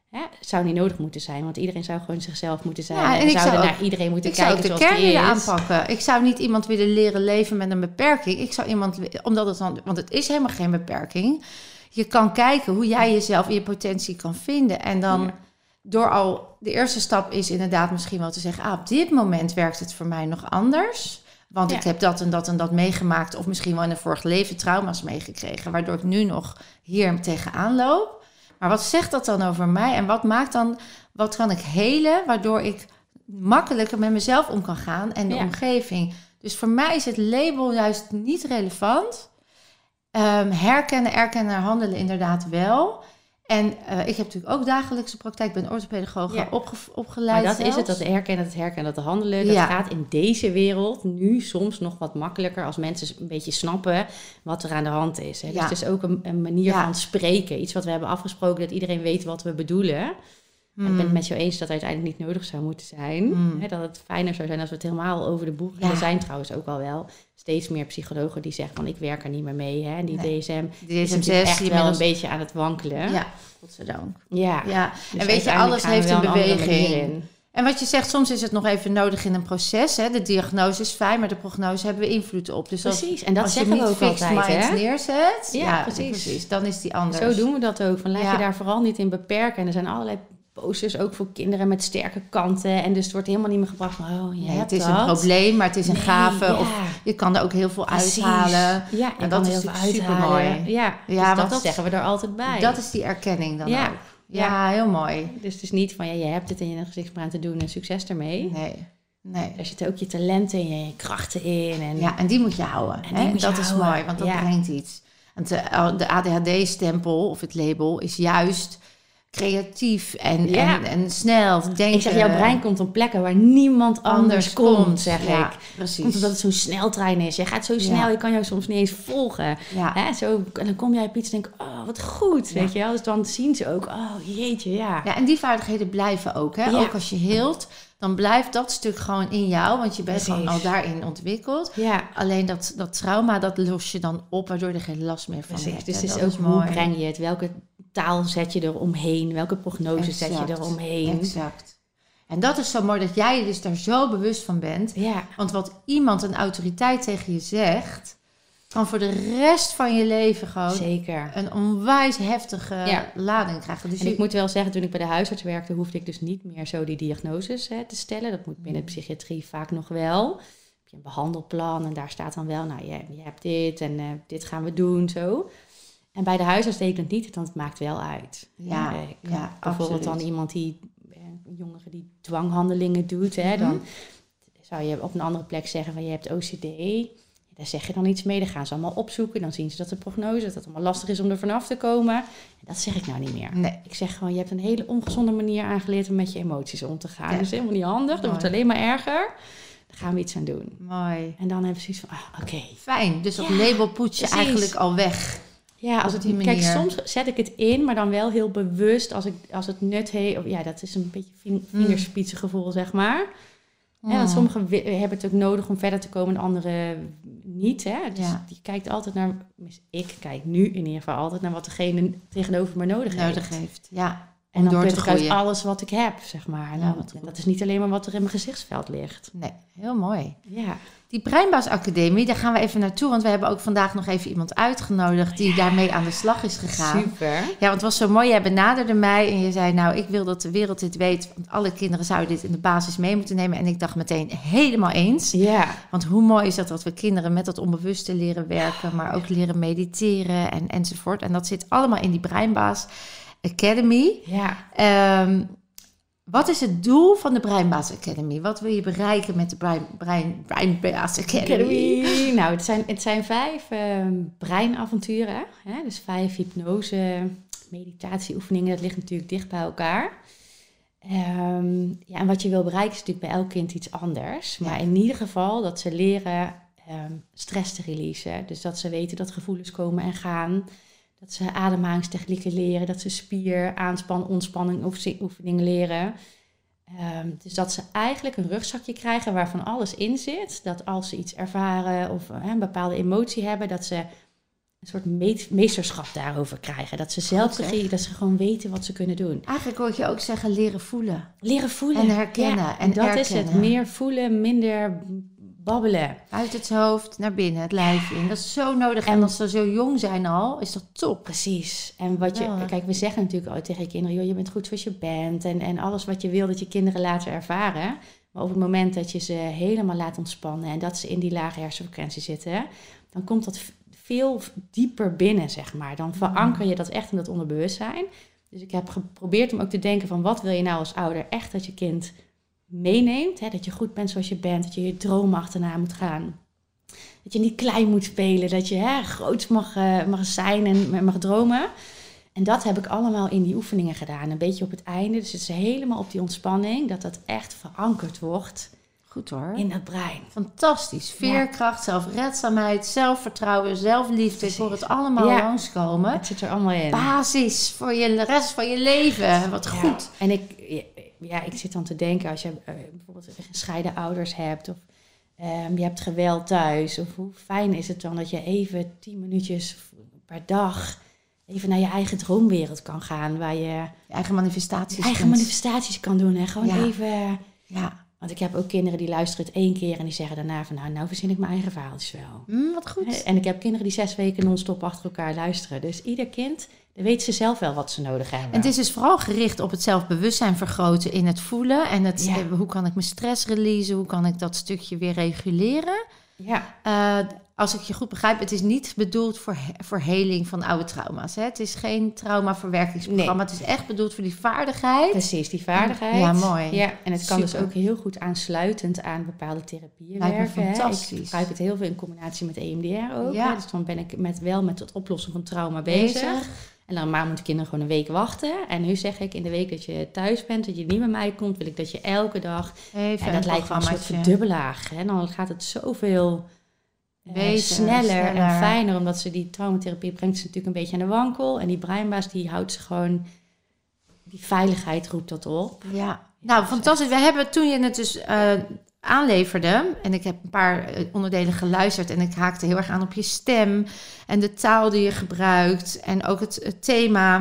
[SPEAKER 2] Hè, zou niet nodig moeten zijn, want iedereen zou gewoon zichzelf moeten zijn.
[SPEAKER 1] Ja, en
[SPEAKER 2] en we
[SPEAKER 1] ik
[SPEAKER 2] zouden
[SPEAKER 1] zou ook-
[SPEAKER 2] naar iedereen moeten
[SPEAKER 1] ik zou
[SPEAKER 2] kijken
[SPEAKER 1] ook de
[SPEAKER 2] zoals
[SPEAKER 1] kern
[SPEAKER 2] die
[SPEAKER 1] willen
[SPEAKER 2] is.
[SPEAKER 1] aanpakken. Ik zou niet iemand willen leren leven met een beperking. Ik zou iemand, wi- omdat het dan, want het is helemaal geen beperking. Je kan kijken hoe jij jezelf in je potentie kan vinden. En dan
[SPEAKER 2] Ja.
[SPEAKER 1] door al, de eerste stap is inderdaad misschien wel te zeggen, ah, op dit moment werkt het voor mij nog anders. Want ik
[SPEAKER 2] Ja.
[SPEAKER 1] heb dat en dat en dat meegemaakt. Of misschien wel in een vorig leven trauma's meegekregen. Waardoor ik nu nog hier tegenaan loop. Maar wat zegt dat dan over mij? En wat maakt dan, wat kan ik helen? Waardoor ik makkelijker met mezelf om kan gaan en de
[SPEAKER 2] Ja.
[SPEAKER 1] omgeving. Dus voor mij is het label juist niet relevant. Ehm, herkennen, erkennen, en handelen inderdaad wel. En eh, ik heb natuurlijk ook dagelijkse praktijk. Ik ben orthopedagoog
[SPEAKER 2] Ja.
[SPEAKER 1] opge-
[SPEAKER 2] Maar
[SPEAKER 1] opgeleid.
[SPEAKER 2] dat is het,
[SPEAKER 1] zelfs.
[SPEAKER 2] dat herkennen, dat herkennen, dat handelen. Dat
[SPEAKER 1] Ja.
[SPEAKER 2] gaat in deze wereld nu soms nog wat makkelijker als mensen een beetje snappen wat er aan de hand is. Hè. Dus
[SPEAKER 1] Ja.
[SPEAKER 2] het is ook een, een manier
[SPEAKER 1] Ja.
[SPEAKER 2] van spreken. Iets wat we hebben afgesproken, dat iedereen weet wat we bedoelen. En ik
[SPEAKER 1] Hmm,
[SPEAKER 2] ben het met jou eens dat het uiteindelijk niet nodig zou moeten zijn.
[SPEAKER 1] Mm.
[SPEAKER 2] Hè, dat het fijner zou zijn als we het helemaal over de boeg
[SPEAKER 1] Ja.
[SPEAKER 2] Er zijn trouwens ook al wel steeds meer psychologen die zeggen van ik werk er niet meer mee. Hè. En die
[SPEAKER 1] Nee.
[SPEAKER 2] DSM
[SPEAKER 1] Die
[SPEAKER 2] is
[SPEAKER 1] DSM-6
[SPEAKER 2] natuurlijk echt
[SPEAKER 1] die
[SPEAKER 2] wel een
[SPEAKER 1] inmiddels-
[SPEAKER 2] beetje aan het wankelen.
[SPEAKER 1] Ja, godzijdank.
[SPEAKER 2] Ja.
[SPEAKER 1] Ja.
[SPEAKER 2] Dus
[SPEAKER 1] en weet je,
[SPEAKER 2] uiteindelijk
[SPEAKER 1] alles
[SPEAKER 2] gaan we
[SPEAKER 1] heeft
[SPEAKER 2] wel
[SPEAKER 1] een
[SPEAKER 2] andere
[SPEAKER 1] beweging.
[SPEAKER 2] manier in.
[SPEAKER 1] En wat je zegt, soms is het nog even nodig in een proces. Hè? De diagnose is fijn, maar de prognose hebben we invloed op. Dus als,
[SPEAKER 2] Precies, en dat
[SPEAKER 1] als je
[SPEAKER 2] zeggen
[SPEAKER 1] niet
[SPEAKER 2] we ook
[SPEAKER 1] fixed
[SPEAKER 2] altijd.
[SPEAKER 1] mind
[SPEAKER 2] Hè?
[SPEAKER 1] neerzet, ja,
[SPEAKER 2] Ja, precies.
[SPEAKER 1] Dan is die anders.
[SPEAKER 2] Zo doen we dat ook. Van laat
[SPEAKER 1] Ja.
[SPEAKER 2] je daar vooral niet in beperken. En er zijn allerlei posters ook voor kinderen met sterke kanten. En dus het wordt helemaal niet meer gebracht van, oh, jij
[SPEAKER 1] Ja,
[SPEAKER 2] hebt
[SPEAKER 1] het is
[SPEAKER 2] dat.
[SPEAKER 1] een probleem, maar het is een
[SPEAKER 2] Nee,
[SPEAKER 1] gave.
[SPEAKER 2] ja.
[SPEAKER 1] Of je kan er ook heel veel
[SPEAKER 2] Precies.
[SPEAKER 1] uithalen.
[SPEAKER 2] Ja, je
[SPEAKER 1] En dat
[SPEAKER 2] kan
[SPEAKER 1] is
[SPEAKER 2] heel veel
[SPEAKER 1] natuurlijk
[SPEAKER 2] uithalen.
[SPEAKER 1] supermooi.
[SPEAKER 2] Ja, dus
[SPEAKER 1] want
[SPEAKER 2] dat,
[SPEAKER 1] dat-
[SPEAKER 2] zeggen we er altijd bij.
[SPEAKER 1] Dat is die erkenning dan
[SPEAKER 2] Ja.
[SPEAKER 1] ook. Ja, heel mooi.
[SPEAKER 2] Dus het is niet van, ja, je hebt het en je hebt een gezichtsbaan te doen en succes ermee.
[SPEAKER 1] Nee, nee.
[SPEAKER 2] Daar zitten ook je talenten en je krachten in. En
[SPEAKER 1] Ja, en die moet je houden.
[SPEAKER 2] En die
[SPEAKER 1] hè?
[SPEAKER 2] moet je
[SPEAKER 1] dat is
[SPEAKER 2] houden,
[SPEAKER 1] mooi, want dat
[SPEAKER 2] ja.
[SPEAKER 1] brengt iets. Want de, eh, de ADHD-stempel of het label is juist creatief en,
[SPEAKER 2] Ja.
[SPEAKER 1] en, en snel denken.
[SPEAKER 2] Ik zeg, jouw brein komt op plekken waar niemand anders, komt, zeg
[SPEAKER 1] ja,
[SPEAKER 2] ik. Komt
[SPEAKER 1] Precies.
[SPEAKER 2] omdat het zo'n sneltrein is. Je gaat zo snel,
[SPEAKER 1] Ja.
[SPEAKER 2] je kan jou soms niet eens volgen.
[SPEAKER 1] ja.
[SPEAKER 2] Hè, zo, en dan kom jij op iets en denk oh, wat goed,
[SPEAKER 1] Ja.
[SPEAKER 2] weet je wel. Dus dan zien ze ook, oh, jeetje, ja.
[SPEAKER 1] ja, en die vaardigheden blijven ook. Hè?
[SPEAKER 2] Ja.
[SPEAKER 1] Ook als je hield, dan blijft dat stuk gewoon in jou, want je bent
[SPEAKER 2] Precies.
[SPEAKER 1] gewoon al daarin ontwikkeld.
[SPEAKER 2] Ja,
[SPEAKER 1] Alleen dat, dat trauma, dat los je dan op, waardoor je er geen last meer van
[SPEAKER 2] precies.
[SPEAKER 1] hebt.
[SPEAKER 2] Dus
[SPEAKER 1] hè.
[SPEAKER 2] het is
[SPEAKER 1] Dat
[SPEAKER 2] ook, hoe
[SPEAKER 1] mooi.
[SPEAKER 2] breng je het? Welke taal zet je eromheen? Welke prognose zet je
[SPEAKER 1] Exact.
[SPEAKER 2] eromheen?
[SPEAKER 1] Exact. En dat is zo mooi dat jij je dus daar zo bewust van bent.
[SPEAKER 2] Ja,
[SPEAKER 1] Want wat iemand, een autoriteit tegen je zegt, kan voor de rest van je leven gewoon
[SPEAKER 2] zeker.
[SPEAKER 1] een onwijs heftige
[SPEAKER 2] Ja.
[SPEAKER 1] lading krijgen. Dus
[SPEAKER 2] En
[SPEAKER 1] je-
[SPEAKER 2] ik moet wel zeggen, toen ik bij de huisarts werkte, hoefde ik dus niet meer zo die diagnoses hè, te stellen. Dat moet
[SPEAKER 1] Mm.
[SPEAKER 2] binnen de psychiatrie vaak nog wel. Dan Heb je een behandelplan en daar staat dan wel, nou, je, je hebt dit en eh, dit gaan we doen, zo. En bij de huisarts deed ik dat niet, want het maakt wel uit.
[SPEAKER 1] Ja,
[SPEAKER 2] Eh, ik-
[SPEAKER 1] ja,
[SPEAKER 2] bijvoorbeeld
[SPEAKER 1] absoluut.
[SPEAKER 2] dan iemand die, eh, een jongere die dwanghandelingen doet, hè,
[SPEAKER 1] Mm-hmm.
[SPEAKER 2] dan zou je op een andere plek zeggen van je hebt OCD. Daar zeg je dan iets mee, dan gaan ze allemaal opzoeken. Dan zien ze dat de prognose, dat het allemaal lastig is om er vanaf te komen. En dat zeg ik nou niet meer.
[SPEAKER 1] Nee.
[SPEAKER 2] Ik zeg gewoon, je hebt een hele ongezonde manier aangeleerd om met je emoties om te gaan.
[SPEAKER 1] Ja.
[SPEAKER 2] Dat is helemaal niet handig, dat wordt
[SPEAKER 1] Mooi.
[SPEAKER 2] alleen maar erger. Daar gaan we iets aan doen.
[SPEAKER 1] Mooi.
[SPEAKER 2] En dan hebben ze zoiets van, ah, oké.
[SPEAKER 1] Fijn. Dus dat
[SPEAKER 2] Ja,
[SPEAKER 1] label poets je
[SPEAKER 2] precies.
[SPEAKER 1] eigenlijk al weg.
[SPEAKER 2] Ja, als het,
[SPEAKER 1] die
[SPEAKER 2] kijk,
[SPEAKER 1] manier.
[SPEAKER 2] soms zet ik het in, maar dan wel heel bewust als, ik, als het nut heeft. Ja, dat is een beetje vin-
[SPEAKER 1] Mm.
[SPEAKER 2] vingerspitsengevoel, zeg maar. Hè,
[SPEAKER 1] Hmm.
[SPEAKER 2] want sommigen wi- hebben het ook nodig om verder te komen en anderen niet. Hè? Dus
[SPEAKER 1] Ja.
[SPEAKER 2] je kijkt altijd naar, dus ik kijk nu in ieder geval altijd naar wat degene tegenover me nodig,
[SPEAKER 1] nodig
[SPEAKER 2] heeft.
[SPEAKER 1] heeft. Ja.
[SPEAKER 2] En
[SPEAKER 1] om
[SPEAKER 2] dan
[SPEAKER 1] door
[SPEAKER 2] put
[SPEAKER 1] te
[SPEAKER 2] ik uit
[SPEAKER 1] groeien.
[SPEAKER 2] alles wat ik heb, zeg maar.
[SPEAKER 1] Ja,
[SPEAKER 2] nou,
[SPEAKER 1] wat goed.
[SPEAKER 2] dat is niet alleen maar wat er in mijn gezichtsveld ligt.
[SPEAKER 1] Nee, heel mooi.
[SPEAKER 2] Ja,
[SPEAKER 1] Die Breinbaas Academie, daar gaan we even naartoe. Want we hebben ook vandaag nog even iemand uitgenodigd die daarmee aan de slag is gegaan.
[SPEAKER 2] Oh super.
[SPEAKER 1] Ja, want het was zo mooi. Jij benaderde mij en je zei, nou, ik wil dat de wereld dit weet. Want alle kinderen zouden dit in de basis mee moeten nemen. En ik dacht meteen, helemaal eens.
[SPEAKER 2] Ja,
[SPEAKER 1] Want hoe mooi is dat dat we kinderen met dat onbewuste leren werken, maar ook leren mediteren en, enzovoort. En dat zit allemaal in die Breinbaas Academy.
[SPEAKER 2] ja.
[SPEAKER 1] Ehm, wat is het doel van de Breinbaas Academy? Wat wil je bereiken met de Brein, Brein, Breinbaas Academy?
[SPEAKER 2] Academy. Nou, het zijn, het zijn vijf eh, breinavonturen. Hè? Dus vijf hypnose, meditatieoefeningen. Dat ligt natuurlijk dicht bij elkaar. Ehm, ja, en wat je wil bereiken is natuurlijk bij elk kind iets anders. Maar
[SPEAKER 1] Ja.
[SPEAKER 2] in ieder geval dat ze leren ehm, stress te releasen. Dus dat ze weten dat gevoelens komen en gaan. Dat ze ademhalingstechnieken leren, dat ze spier, aanspan, ontspanning oefen- oefeningen leren. Ehm, dus dat ze eigenlijk een rugzakje krijgen waarvan alles in zit. Dat als ze iets ervaren of eh, een bepaalde emotie hebben, dat ze een soort meet- meesterschap daarover krijgen. Dat ze zelf
[SPEAKER 1] zeg.
[SPEAKER 2] regie, dat ze gewoon weten wat ze kunnen doen.
[SPEAKER 1] Eigenlijk hoor ik je ook zeggen leren voelen.
[SPEAKER 2] Leren voelen.
[SPEAKER 1] En herkennen
[SPEAKER 2] Ja,
[SPEAKER 1] en
[SPEAKER 2] dat is
[SPEAKER 1] erkennen.
[SPEAKER 2] het. Meer voelen, minder babbelen.
[SPEAKER 1] Uit het hoofd naar binnen, het lijf in. Dat is zo nodig. En,
[SPEAKER 2] En-
[SPEAKER 1] als ze zo jong zijn al, is dat top.
[SPEAKER 2] Precies. En wat je,
[SPEAKER 1] Ja.
[SPEAKER 2] kijk, we zeggen natuurlijk altijd tegen je kinderen: joh, je bent goed zoals je bent. En, en alles wat je wil dat je kinderen laten ervaren. Maar op het moment dat je ze helemaal laat ontspannen en dat ze in die lage hersenfrequentie zitten, dan komt dat v- veel dieper binnen, zeg maar. Dan veranker je dat echt in dat onderbewustzijn. Dus ik heb geprobeerd om ook te denken van wat wil je nou als ouder echt dat je kind meeneemt. Hè? Dat je goed bent zoals je bent, dat je je droom achterna moet gaan. Dat je niet klein moet spelen, dat je hè, groot mag, eh, mag zijn en mag dromen. En dat heb ik allemaal in die oefeningen gedaan. Een beetje op het einde, dus het is helemaal op die ontspanning. Dat dat echt verankerd wordt
[SPEAKER 1] Goed hoor.
[SPEAKER 2] in dat brein.
[SPEAKER 1] Fantastisch. Veerkracht, zelfredzaamheid, zelfvertrouwen, zelfliefde. Ik hoor het allemaal
[SPEAKER 2] Ja.
[SPEAKER 1] langskomen.
[SPEAKER 2] Het zit er allemaal in.
[SPEAKER 1] Basis voor je, de rest van je leven. Wat
[SPEAKER 2] Ja.
[SPEAKER 1] goed.
[SPEAKER 2] En ik, ja, ik zit dan te denken, als je eh, bijvoorbeeld gescheiden ouders hebt of ehm, je hebt geweld thuis, of hoe fijn is het dan dat je even tien minuutjes per dag even naar je eigen droomwereld kan gaan, waar je
[SPEAKER 1] Je eigen manifestaties.
[SPEAKER 2] eigen
[SPEAKER 1] kunt-
[SPEAKER 2] manifestaties kan doen en gewoon
[SPEAKER 1] Ja.
[SPEAKER 2] even.
[SPEAKER 1] Ja.
[SPEAKER 2] Want ik heb ook kinderen die luisteren het één keer en die zeggen daarna van, nou, nou verzin ik mijn eigen verhaaltjes wel.
[SPEAKER 1] Hm, wat goed.
[SPEAKER 2] En ik heb kinderen die zes weken non-stop achter elkaar luisteren. Dus ieder kind, dan weet ze zelf wel wat ze nodig hebben.
[SPEAKER 1] En het is dus vooral gericht op het zelfbewustzijn vergroten in het voelen. En het,
[SPEAKER 2] Ja.
[SPEAKER 1] eh, hoe kan ik mijn stress releasen? Hoe kan ik dat stukje weer reguleren?
[SPEAKER 2] ja.
[SPEAKER 1] Eh, als ik je goed begrijp, het is niet bedoeld voor, he- voor heling van oude trauma's. Hè? Het is geen traumaverwerkingsprogramma. Het is echt bedoeld voor die vaardigheid.
[SPEAKER 2] Precies, die vaardigheid.
[SPEAKER 1] Ja, mooi.
[SPEAKER 2] Ja, en het kan dus
[SPEAKER 1] Super.
[SPEAKER 2] ook heel goed aansluitend aan bepaalde therapieën
[SPEAKER 1] Lijkt me
[SPEAKER 2] werken. hè.
[SPEAKER 1] fantastisch.
[SPEAKER 2] Ik gebruik het heel veel in combinatie met E EMDR ook.
[SPEAKER 1] Ja.
[SPEAKER 2] hè. Dus dan ben ik met, wel met het oplossen van trauma bezig. En dan maar moeten kinderen gewoon een week wachten. En nu zeg ik, in de week dat je thuis bent, dat je niet bij mij komt, wil ik dat je elke dag...
[SPEAKER 1] Even
[SPEAKER 2] en dat lijkt me een soort
[SPEAKER 1] programmaatje.
[SPEAKER 2] verdubbelaag. Hè. Dan gaat het zoveel eh,
[SPEAKER 1] Beter,
[SPEAKER 2] sneller,
[SPEAKER 1] sneller.
[SPEAKER 2] en fijner. Omdat ze die traumatherapie brengt ze natuurlijk een beetje aan de wankel. En die breinbaas die houdt ze gewoon... Die veiligheid roept dat op.
[SPEAKER 1] Ja, nou fantastisch. We hebben toen je het dus eh, aanleverde, en ik heb een paar eh, onderdelen geluisterd en ik haakte heel erg aan op je stem en de taal die je gebruikt en ook het, het thema.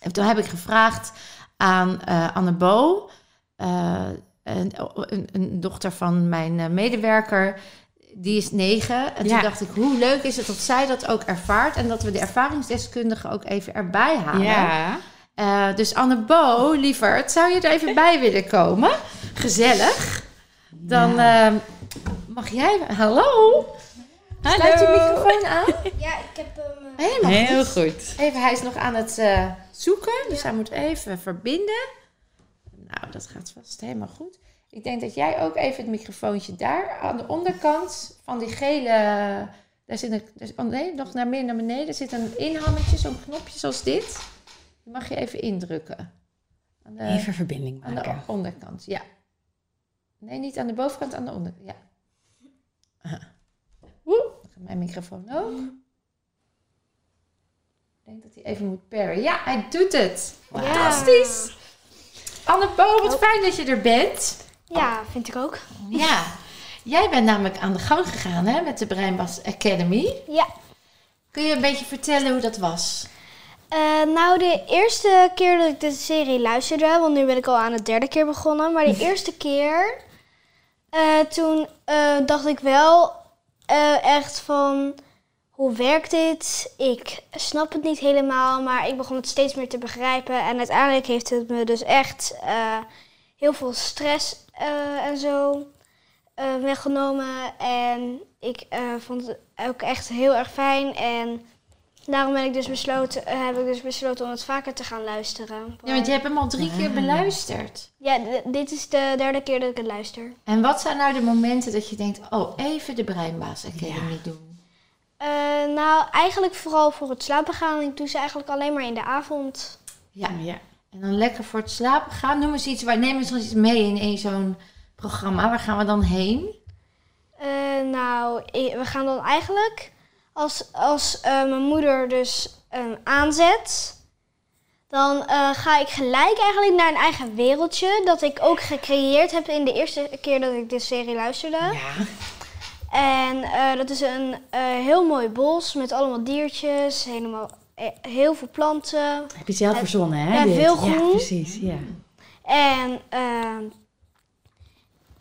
[SPEAKER 1] En toen heb ik gevraagd aan eh Anne Bo, eh, een, een, een dochter van mijn eh, medewerker. Die is negen. En
[SPEAKER 2] Ja.
[SPEAKER 1] toen dacht ik, hoe leuk is het dat zij dat ook ervaart. En dat we de ervaringsdeskundige ook even erbij halen.
[SPEAKER 2] Ja,
[SPEAKER 1] Eh, dus Anne Bo, lieverd, zou je er even bij willen komen? Gezellig. Dan ehm, mag jij... Hallo? Sluit je microfoon aan.
[SPEAKER 3] Ja, ik heb hem. eh,
[SPEAKER 1] Helemaal
[SPEAKER 2] Heel
[SPEAKER 1] goed.
[SPEAKER 2] goed.
[SPEAKER 1] Even, hij is nog aan het eh, zoeken, dus hij moet even verbinden. Nou, dat gaat vast helemaal goed. Ik denk dat jij ook even het microfoontje daar aan de onderkant van die gele... Daar zit een, daar- oh nee, nog naar meer naar beneden. Er zit een inhammetje, zo'n knopje zoals dit. Die mag je even indrukken. Aan de-
[SPEAKER 2] Even verbinding
[SPEAKER 1] aan de
[SPEAKER 2] maken.
[SPEAKER 1] onderkant, ja. Nee, niet aan de bovenkant, aan de onderkant, ja. Aha. Woe, dan gaat mijn microfoon ook. Ik denk dat hij even moet parren. Ja, hij doet het. Fantastisch. Anne Bo, wat fijn dat je er bent.
[SPEAKER 3] Ja, vind ik ook.
[SPEAKER 1] Ja, jij bent namelijk aan de gang gegaan hè, met de Breinbas Academy.
[SPEAKER 3] Ja.
[SPEAKER 1] Kun je een beetje vertellen hoe dat was?
[SPEAKER 3] Eh, nou, de eerste keer dat ik deze serie luisterde, want nu ben ik al aan de derde keer begonnen, maar de eerste keer, eh, toen eh, dacht ik wel eh, echt van, hoe werkt dit? Ik snap het niet helemaal, maar ik begon het steeds meer te begrijpen. En uiteindelijk heeft het me dus echt eh, heel veel stress eh, en zo eh, weggenomen. En ik eh, vond het ook echt heel erg fijn en... Daarom ben ik dus besloten, eh, heb ik dus besloten om het vaker te gaan luisteren.
[SPEAKER 1] Ja, want je hebt hem al drie keer beluisterd.
[SPEAKER 3] Ja, d- dit is de derde keer dat ik het luister.
[SPEAKER 1] En wat zijn nou de momenten dat je denkt, oh, even de Breinbaas Academy doen?
[SPEAKER 3] Eh, nou, eigenlijk vooral voor het slapen gaan. Ik doe ze eigenlijk alleen maar in de avond.
[SPEAKER 1] Ja,
[SPEAKER 2] Ja.
[SPEAKER 1] en dan lekker voor het slapen gaan. Noem eens iets, waar, neem eens iets mee in één zo'n programma. Waar gaan we dan heen?
[SPEAKER 3] Eh, nou, i- we gaan dan eigenlijk als, als eh, mijn moeder dus ehm, aanzet, dan eh, ga ik gelijk eigenlijk naar een eigen wereldje. Dat ik ook gecreëerd heb in de eerste keer dat ik de serie luisterde.
[SPEAKER 2] Ja.
[SPEAKER 3] En eh, dat is een eh, heel mooi bos met allemaal diertjes, helemaal, eh, heel veel planten.
[SPEAKER 2] Heb je zelf verzonnen, hè?
[SPEAKER 3] ja,
[SPEAKER 2] dit?
[SPEAKER 3] veel groen.
[SPEAKER 2] Ja, precies, ja.
[SPEAKER 3] En, ehm,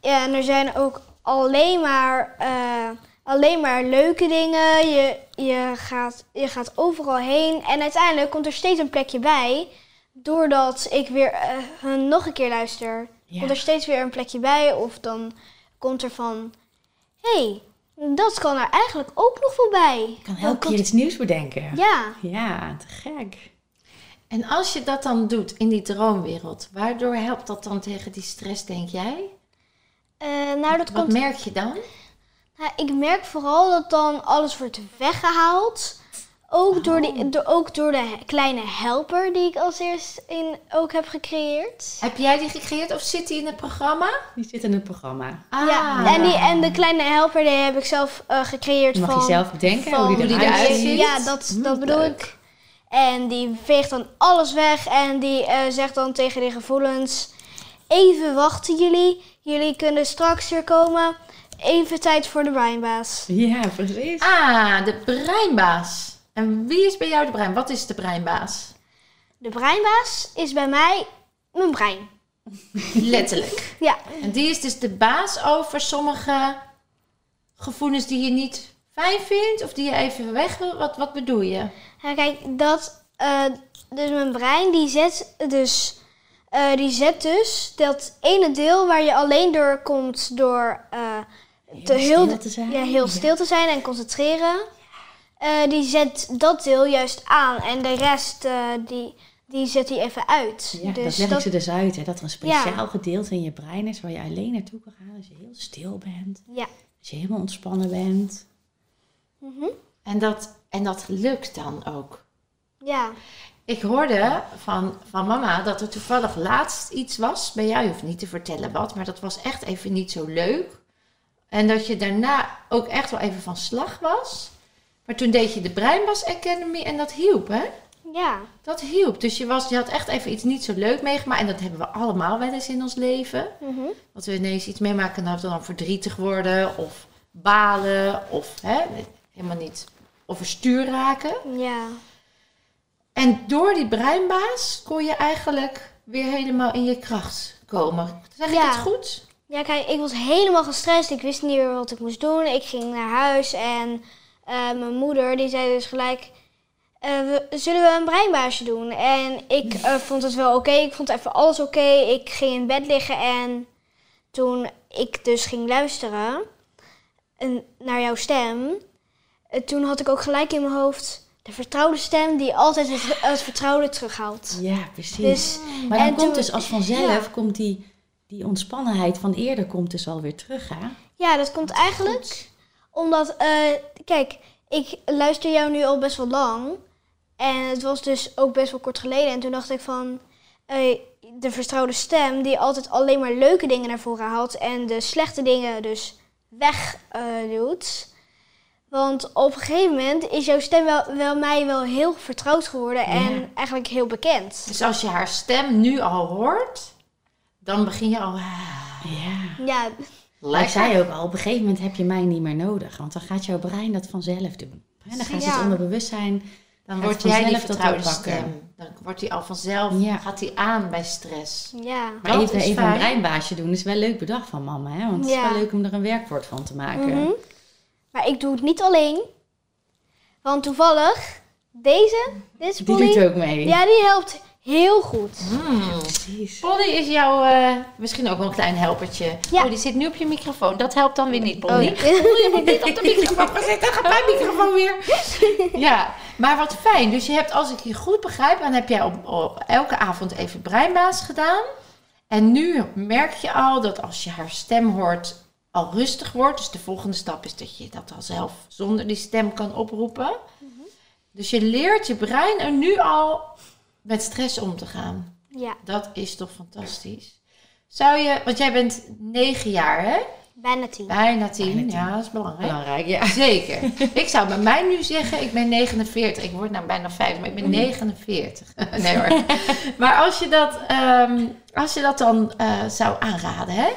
[SPEAKER 3] ja, en er zijn ook alleen maar, eh, alleen maar leuke dingen. Je, je, gaat, je gaat overal heen. En uiteindelijk komt er steeds een plekje bij. Doordat ik weer eh, hun nog een keer luister,
[SPEAKER 2] Ja.
[SPEAKER 3] komt er steeds weer een plekje bij. Of dan komt er van: hé, hey, dat kan er eigenlijk ook nog voorbij.
[SPEAKER 2] Je kan elke keer iets nieuws bedenken.
[SPEAKER 3] Ja.
[SPEAKER 2] Ja, te gek.
[SPEAKER 1] En als je dat dan doet in die droomwereld, waardoor helpt dat dan tegen die stress, denk jij?
[SPEAKER 3] Eh, nou, dat
[SPEAKER 1] Wat
[SPEAKER 3] komt
[SPEAKER 1] merk je dan?
[SPEAKER 3] Ja, Nou, ik merk vooral dat dan alles wordt weggehaald. Ook, door die,
[SPEAKER 2] Oh.
[SPEAKER 3] door, ook door de he- kleine helper die ik als eerst in, ook heb gecreëerd.
[SPEAKER 1] Heb jij die gecreëerd of zit die in het programma?
[SPEAKER 2] Die zit in het programma.
[SPEAKER 1] Ah,
[SPEAKER 3] Ja, en, die, en de kleine helper die heb ik zelf eh, gecreëerd
[SPEAKER 2] Je mag
[SPEAKER 3] van...
[SPEAKER 2] je zelf Mm, bedenken
[SPEAKER 3] van
[SPEAKER 2] hoe die
[SPEAKER 1] hoe
[SPEAKER 2] eruit
[SPEAKER 1] die eruit ziet.
[SPEAKER 3] Ja, dat, dat bedoel ik. En die veegt dan alles weg en die eh, zegt dan tegen die gevoelens... Even wachten jullie, jullie kunnen straks weer komen. Even tijd voor de breinbaas.
[SPEAKER 2] Ja, precies.
[SPEAKER 1] Ah, de breinbaas. En wie is bij jou de brein? Wat is de breinbaas?
[SPEAKER 3] De breinbaas is bij mij mijn brein.
[SPEAKER 1] Letterlijk.
[SPEAKER 3] Ja,
[SPEAKER 1] En die is dus de baas over sommige gevoelens die je niet fijn vindt of die je even weg wil. Wat, wat bedoel je?
[SPEAKER 3] Ja, kijk, dat. eh, dus mijn brein die zet dus. eh, die zet dus dat ene deel waar je alleen door komt door. eh, te
[SPEAKER 2] stil
[SPEAKER 3] de-
[SPEAKER 2] te zijn.
[SPEAKER 3] Ja, heel
[SPEAKER 2] Ja.
[SPEAKER 3] stil te zijn en concentreren. Eh, die zet dat deel juist aan en de rest eh, die, die zet hij even uit.
[SPEAKER 2] Ja, dat
[SPEAKER 3] dus
[SPEAKER 2] leg ik
[SPEAKER 3] dat,
[SPEAKER 2] ze dus uit, hè, dat er een speciaal gedeelte in je brein is waar je alleen naartoe kan gaan als je heel stil bent,
[SPEAKER 3] ja.
[SPEAKER 2] als je helemaal ontspannen bent.
[SPEAKER 1] En dat, en dat lukt dan ook.
[SPEAKER 3] ja.
[SPEAKER 1] Ik hoorde van, van mama dat er toevallig laatst iets was bij jou. Je hoeft niet te vertellen wat, maar dat was echt even niet zo leuk. En dat je daarna ook echt wel even van slag was. Maar toen deed je de Breinbas Academy en dat hielp, hè?
[SPEAKER 3] Ja.
[SPEAKER 1] Dat hielp. Dus je, was, je had echt even iets niet zo leuk meegemaakt. En dat hebben we allemaal wel eens in ons leven.
[SPEAKER 3] Mhm.
[SPEAKER 1] Dat we ineens iets meemaken en dat we dan verdrietig worden of balen of hè, helemaal niet overstuur raken.
[SPEAKER 3] Ja.
[SPEAKER 1] En door die breinbaas kon je eigenlijk weer helemaal in je kracht komen. Zeg ik
[SPEAKER 3] Ja.
[SPEAKER 1] het goed?
[SPEAKER 3] Ja, kijk, ik was helemaal gestrest. Ik wist niet meer wat ik moest doen. Ik ging naar huis en eh, mijn moeder die zei dus gelijk... eh, we, zullen we een breinbaasje doen? En ik eh, vond het wel oké. Ik vond even alles oké. Ik ging in bed liggen en toen ik dus ging luisteren en, naar jouw stem... eh, toen had ik ook gelijk in mijn hoofd de vertrouwde stem die altijd het, het vertrouwde terughaalt.
[SPEAKER 2] Ja, precies.
[SPEAKER 3] Dus,
[SPEAKER 2] maar dan
[SPEAKER 3] en
[SPEAKER 2] komt
[SPEAKER 3] toen-
[SPEAKER 2] dus als vanzelf komt die, die ontspannenheid van eerder komt dus alweer terug, hè?
[SPEAKER 3] Ja, dat komt eigenlijk omdat, eh, kijk, ik luister jou nu al best wel lang. En het was dus ook best wel kort geleden. En toen dacht ik van, eh, de vertrouwde stem die altijd alleen maar leuke dingen naar voren haalt. En de slechte dingen dus wegduwt. Want op een gegeven moment is jouw stem wel, wel mij wel heel vertrouwd geworden.
[SPEAKER 2] Ja.
[SPEAKER 3] En eigenlijk heel bekend.
[SPEAKER 1] Dus als je haar stem nu al hoort, dan begin je al... ah,
[SPEAKER 2] Ja.
[SPEAKER 3] Ja,
[SPEAKER 2] Maar ik
[SPEAKER 1] Lekker.
[SPEAKER 2] zei ook al, op een gegeven moment heb je mij niet meer nodig, want dan gaat jouw brein dat vanzelf doen. En dan gaat
[SPEAKER 3] Ja.
[SPEAKER 2] het onderbewustzijn.
[SPEAKER 1] Dan
[SPEAKER 2] gaat
[SPEAKER 1] word
[SPEAKER 2] het
[SPEAKER 1] jij die
[SPEAKER 2] vanzelf dat
[SPEAKER 1] vertrouwde
[SPEAKER 2] oppakken.
[SPEAKER 1] stem. Dan wordt die al vanzelf,
[SPEAKER 2] Ja.
[SPEAKER 1] gaat die aan bij stress.
[SPEAKER 3] ja.
[SPEAKER 1] Maar
[SPEAKER 2] Maar
[SPEAKER 1] dat
[SPEAKER 2] even,
[SPEAKER 1] is
[SPEAKER 2] even
[SPEAKER 1] fijn.
[SPEAKER 2] een breinbaasje doen is wel leuk bedacht van mama, hè? Want het
[SPEAKER 3] Ja.
[SPEAKER 2] is wel leuk om er een werkwoord van te maken.
[SPEAKER 3] Mhm. Maar ik doe het niet alleen. Want toevallig, deze, dit is
[SPEAKER 2] Die
[SPEAKER 3] Polly.
[SPEAKER 2] doet Hm. ook mee.
[SPEAKER 3] Ja, die helpt heel goed.
[SPEAKER 1] Mm.
[SPEAKER 2] Precies.
[SPEAKER 1] Polly is jouw eh, misschien ook wel een klein helpertje.
[SPEAKER 3] Ja.
[SPEAKER 1] Oh, die zit nu op je microfoon. Dat helpt dan weer niet, Polly.
[SPEAKER 3] Oh,
[SPEAKER 1] Polly, je moet niet op de microfoon gaan zitten. Dan gaat mijn microfoon weer. Ja, maar wat fijn. Dus je hebt, als ik je goed begrijp, dan heb jij op, op elke avond even breinbaas gedaan. En nu merk je al dat als je haar stem hoort, al rustig wordt. Dus de volgende stap is dat je dat al zelf zonder die stem kan oproepen. Dus je leert je brein er nu al met stress om te gaan.
[SPEAKER 3] Ja,
[SPEAKER 1] Dat is toch fantastisch. Zou je, want jij bent negen jaar, hè?
[SPEAKER 3] Bijna tien.
[SPEAKER 1] Bijna tien,
[SPEAKER 2] Bijna tien.
[SPEAKER 1] ja, dat is belangrijk.
[SPEAKER 2] Belangrijk, ja.
[SPEAKER 1] Zeker. ik zou bij mij nu zeggen, ik ben 49. Ik word nou bijna 5, maar ik
[SPEAKER 2] Mhm.
[SPEAKER 1] ben 49. nee hoor. maar als je dat, ehm, als je dat dan eh, zou aanraden, hè,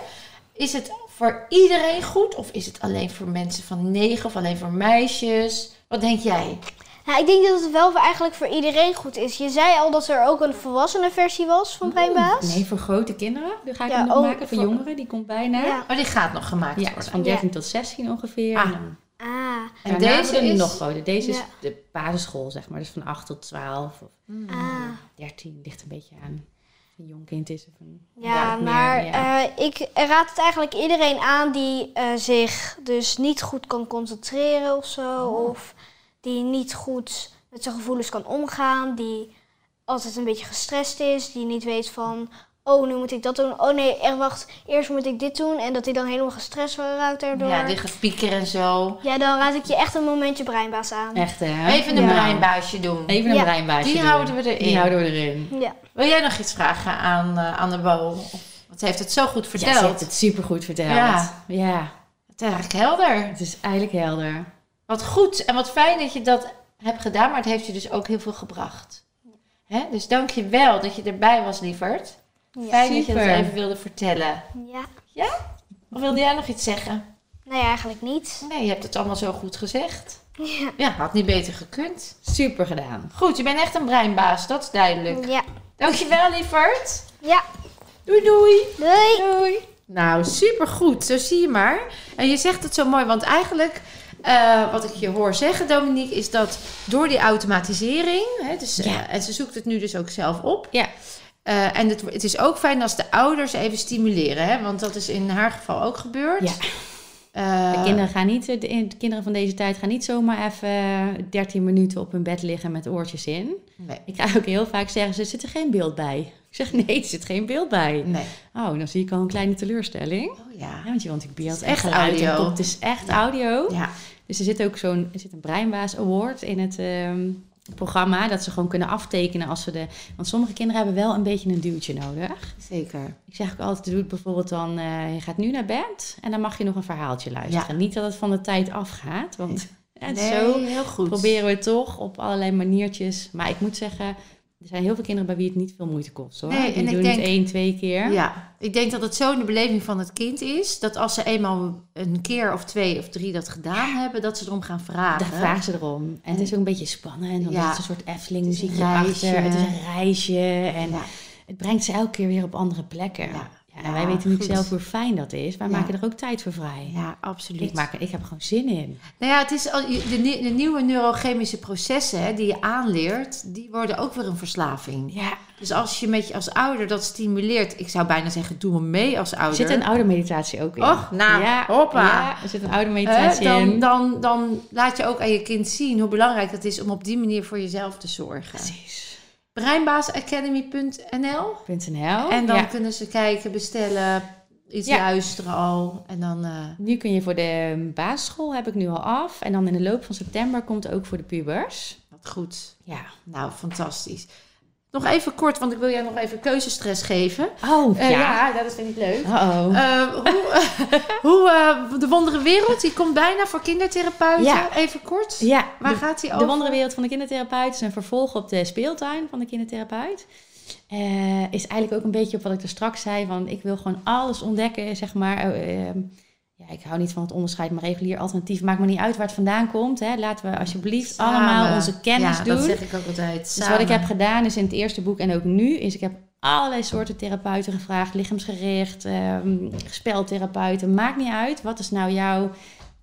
[SPEAKER 1] is het voor iedereen goed? Of is het alleen voor mensen van 9 of alleen voor meisjes? Wat denk jij?
[SPEAKER 3] Nou, ik denk dat het wel voor- eigenlijk voor iedereen goed is. Je zei al dat er ook een volwassene versie was van Breinbaas.
[SPEAKER 2] Nee, voor grote kinderen. Die ga ik
[SPEAKER 3] Ja,
[SPEAKER 2] hem nog
[SPEAKER 3] oh,
[SPEAKER 2] maken. Voor
[SPEAKER 3] voor-
[SPEAKER 2] jongeren, die komt bijna.
[SPEAKER 3] Ja.
[SPEAKER 2] Ja,
[SPEAKER 1] Oh, die gaat nog gemaakt
[SPEAKER 2] het is
[SPEAKER 1] worden.
[SPEAKER 2] van 13 tot 16 ongeveer.
[SPEAKER 1] Ah,
[SPEAKER 2] en dan-
[SPEAKER 3] Ah,
[SPEAKER 1] En
[SPEAKER 2] daarna
[SPEAKER 1] deze
[SPEAKER 2] worden
[SPEAKER 1] is...
[SPEAKER 2] we nog groter. Deze
[SPEAKER 3] Ja.
[SPEAKER 2] is de basisschool, zeg maar. Dus van 8 tot 12 of
[SPEAKER 3] ah.
[SPEAKER 2] 13. Ligt een beetje aan. Als een jong kind is of een
[SPEAKER 3] Ja,
[SPEAKER 2] wat meer,
[SPEAKER 3] maar
[SPEAKER 1] ehm,
[SPEAKER 2] ja.
[SPEAKER 3] eh, ik raad het eigenlijk iedereen aan die eh, zich dus niet goed kan concentreren of zo. Of die niet goed met zijn gevoelens kan omgaan. Die altijd een beetje gestrest is. Die niet weet van, oh nu moet ik dat doen. Oh nee, er, wacht, eerst moet ik dit doen. En dat hij dan helemaal gestrest raakt daardoor.
[SPEAKER 1] Ja, die gaat piekeren en zo.
[SPEAKER 3] Ja, dan raad ik je echt een momentje breinbaas aan.
[SPEAKER 2] Echt, hè?
[SPEAKER 1] Even een
[SPEAKER 2] Ja.
[SPEAKER 1] breinbuisje doen.
[SPEAKER 2] Even een
[SPEAKER 3] Ja.
[SPEAKER 2] breinbaasje
[SPEAKER 1] Die
[SPEAKER 2] doen.
[SPEAKER 1] houden we erin.
[SPEAKER 2] Die houden we erin.
[SPEAKER 3] Ja.
[SPEAKER 1] Wil jij nog iets vragen aan, eh aan de Bo? Of- Want ze heeft het zo goed
[SPEAKER 2] Ja, ze
[SPEAKER 1] verteld.
[SPEAKER 2] heeft het supergoed verteld.
[SPEAKER 1] Ja.
[SPEAKER 2] ja,
[SPEAKER 1] Het is eigenlijk helder.
[SPEAKER 2] het is eigenlijk helder.
[SPEAKER 1] Wat goed en wat fijn dat je dat hebt gedaan, maar het heeft je dus ook heel veel gebracht. Hè? Dus dank je wel dat je erbij was, lieverd.
[SPEAKER 3] Ja.
[SPEAKER 1] Fijn dat je dat
[SPEAKER 2] Super.
[SPEAKER 1] even wilde vertellen.
[SPEAKER 3] ja.
[SPEAKER 1] Of wilde jij nog iets zeggen?
[SPEAKER 3] Nee, eigenlijk niet.
[SPEAKER 1] Nee, je hebt het allemaal zo goed gezegd.
[SPEAKER 3] Ja.
[SPEAKER 1] Ja, had niet beter gekund.
[SPEAKER 2] Super gedaan.
[SPEAKER 1] Goed, je bent echt een breinbaas, dat is duidelijk.
[SPEAKER 3] Ja.
[SPEAKER 1] Dank je wel, lieverd.
[SPEAKER 3] Ja.
[SPEAKER 1] Doei,
[SPEAKER 3] dus-
[SPEAKER 1] doei.
[SPEAKER 3] Doei.
[SPEAKER 1] Doei. Nou, supergoed. Zo zie je maar. En je zegt het zo mooi, want eigenlijk... eh, wat ik je hoor zeggen, Dominique, is dat door die automatisering... Hè, dus, eh,
[SPEAKER 2] Ja.
[SPEAKER 1] en ze zoekt het nu dus ook zelf op.
[SPEAKER 2] Ja.
[SPEAKER 1] eh, en het, het is ook fijn als de ouders even stimuleren. Hè, want dat is in haar geval ook gebeurd.
[SPEAKER 2] Ja.
[SPEAKER 1] Eh,
[SPEAKER 2] De kinderen, gaan niet, de, de kinderen van deze tijd gaan niet zomaar even 13 minuten op hun bed liggen met oortjes in.
[SPEAKER 1] Nee.
[SPEAKER 2] Ik ga ook heel vaak zeggen, ze zit er geen beeld bij. Ik zeg, nee, er zit geen beeld bij.
[SPEAKER 1] Nee.
[SPEAKER 2] Oh, dan zie ik al een kleine teleurstelling.
[SPEAKER 1] Oh ja.
[SPEAKER 2] Ja, want je want ik beeld
[SPEAKER 1] Het is
[SPEAKER 2] en
[SPEAKER 1] echt
[SPEAKER 2] geluid en
[SPEAKER 1] audio.
[SPEAKER 2] komt- Het is echt audio.
[SPEAKER 1] Ja.
[SPEAKER 2] Dus er zit ook zo'n er zit een breinbaas award in het ehm, programma. Dat ze gewoon kunnen aftekenen als ze de... Want sommige kinderen hebben wel een beetje een duwtje nodig.
[SPEAKER 1] Zeker.
[SPEAKER 2] Ik zeg ook altijd, doe het bijvoorbeeld dan, eh, je gaat nu naar bed en dan mag je nog een verhaaltje luisteren.
[SPEAKER 1] Ja.
[SPEAKER 2] Niet dat het van de tijd afgaat, want en
[SPEAKER 1] Nee,
[SPEAKER 2] zo
[SPEAKER 1] heel goed.
[SPEAKER 2] proberen we het toch op allerlei maniertjes. Maar ik moet zeggen, er zijn heel veel kinderen bij wie het niet veel moeite kost hoor.
[SPEAKER 1] Nee,
[SPEAKER 2] Die
[SPEAKER 1] en ik
[SPEAKER 2] doen
[SPEAKER 1] denk-
[SPEAKER 2] het één, twee keer.
[SPEAKER 1] Ja, ik denk dat het zo in de beleving van het kind is dat als ze eenmaal een keer of twee of drie dat gedaan hebben, dat ze erom gaan vragen.
[SPEAKER 2] Daar vragen ze erom. En het is ook een beetje spannend. Want
[SPEAKER 1] Ja.
[SPEAKER 2] het is een soort Efteling
[SPEAKER 1] Het is
[SPEAKER 2] muziekje
[SPEAKER 1] een reisje.
[SPEAKER 2] achter. Het is een reisje. En
[SPEAKER 1] Ja.
[SPEAKER 2] het brengt ze elke keer weer op andere plekken.
[SPEAKER 1] Ja.
[SPEAKER 2] Ja.
[SPEAKER 1] Ja,
[SPEAKER 2] en wij weten niet
[SPEAKER 1] goed.
[SPEAKER 2] zelf hoe fijn dat is. Wij
[SPEAKER 1] Ja.
[SPEAKER 2] maken er ook tijd voor vrij.
[SPEAKER 1] Ja, absoluut.
[SPEAKER 2] Ik, maak, er- ik heb er gewoon zin in.
[SPEAKER 1] Nou ja, het is al, de, nie- de nieuwe neurochemische processen hè, die je aanleert, die worden ook weer een verslaving.
[SPEAKER 2] Ja,
[SPEAKER 1] Dus als je met je als ouder dat stimuleert, ik zou bijna zeggen, doe me mee als
[SPEAKER 2] Er
[SPEAKER 1] ouder.
[SPEAKER 2] zit een oude meditatie ook in.
[SPEAKER 1] Och, nou, hoppa.
[SPEAKER 2] Ja, er zit een oude
[SPEAKER 1] Hè,
[SPEAKER 2] meditatie
[SPEAKER 1] dan,
[SPEAKER 2] in.
[SPEAKER 1] dan, dan laat je ook aan je kind zien hoe belangrijk het is om op die manier voor jezelf te zorgen.
[SPEAKER 2] Precies.
[SPEAKER 1] Breinbaasacademy.nl
[SPEAKER 2] .nl.
[SPEAKER 1] En dan
[SPEAKER 2] Oh, Ja.
[SPEAKER 1] kunnen ze kijken, bestellen, iets
[SPEAKER 2] Ja.
[SPEAKER 1] luisteren al. En dan, eh,
[SPEAKER 2] Nu kun je voor de basisschool, heb ik nu al af. En dan in de loop van september komt ook voor de pubers.
[SPEAKER 1] wat goed.
[SPEAKER 2] Ja.
[SPEAKER 1] Nou, fantastisch. Nog even kort, want ik wil jij nog even keuzestress geven.
[SPEAKER 2] Oh,
[SPEAKER 1] Eh,
[SPEAKER 2] ja.
[SPEAKER 1] dat vind ik leuk.
[SPEAKER 2] Uh-oh.
[SPEAKER 1] Eh, hoe hoe eh, De Wondere Wereld, die komt bijna voor kindertherapeuten.
[SPEAKER 2] Ja.
[SPEAKER 1] Even kort.
[SPEAKER 2] ja.
[SPEAKER 1] Waar
[SPEAKER 2] de,
[SPEAKER 1] gaat die
[SPEAKER 2] de
[SPEAKER 1] over?
[SPEAKER 2] Wanderenwereld van de kindertherapeut is een vervolg op de speeltuin van de kindertherapeut. Eh, is eigenlijk ook een beetje op wat ik er straks zei. Van ik wil gewoon alles ontdekken, zeg maar. Eh, ehm, ja, ik hou niet van het onderscheid, maar regulier alternatief. Maakt me niet uit waar het vandaan komt. Hè. Laten we alsjeblieft
[SPEAKER 1] Samen.
[SPEAKER 2] allemaal onze kennis
[SPEAKER 1] ja,
[SPEAKER 2] doen.
[SPEAKER 1] dat zeg ik ook altijd.
[SPEAKER 2] Dus
[SPEAKER 1] Samen.
[SPEAKER 2] wat ik heb gedaan is in het eerste boek en ook nu, is ik heb allerlei soorten therapeuten gevraagd. Lichaamsgericht, ehm, speltherapeuten, maakt niet uit. Wat is nou jouw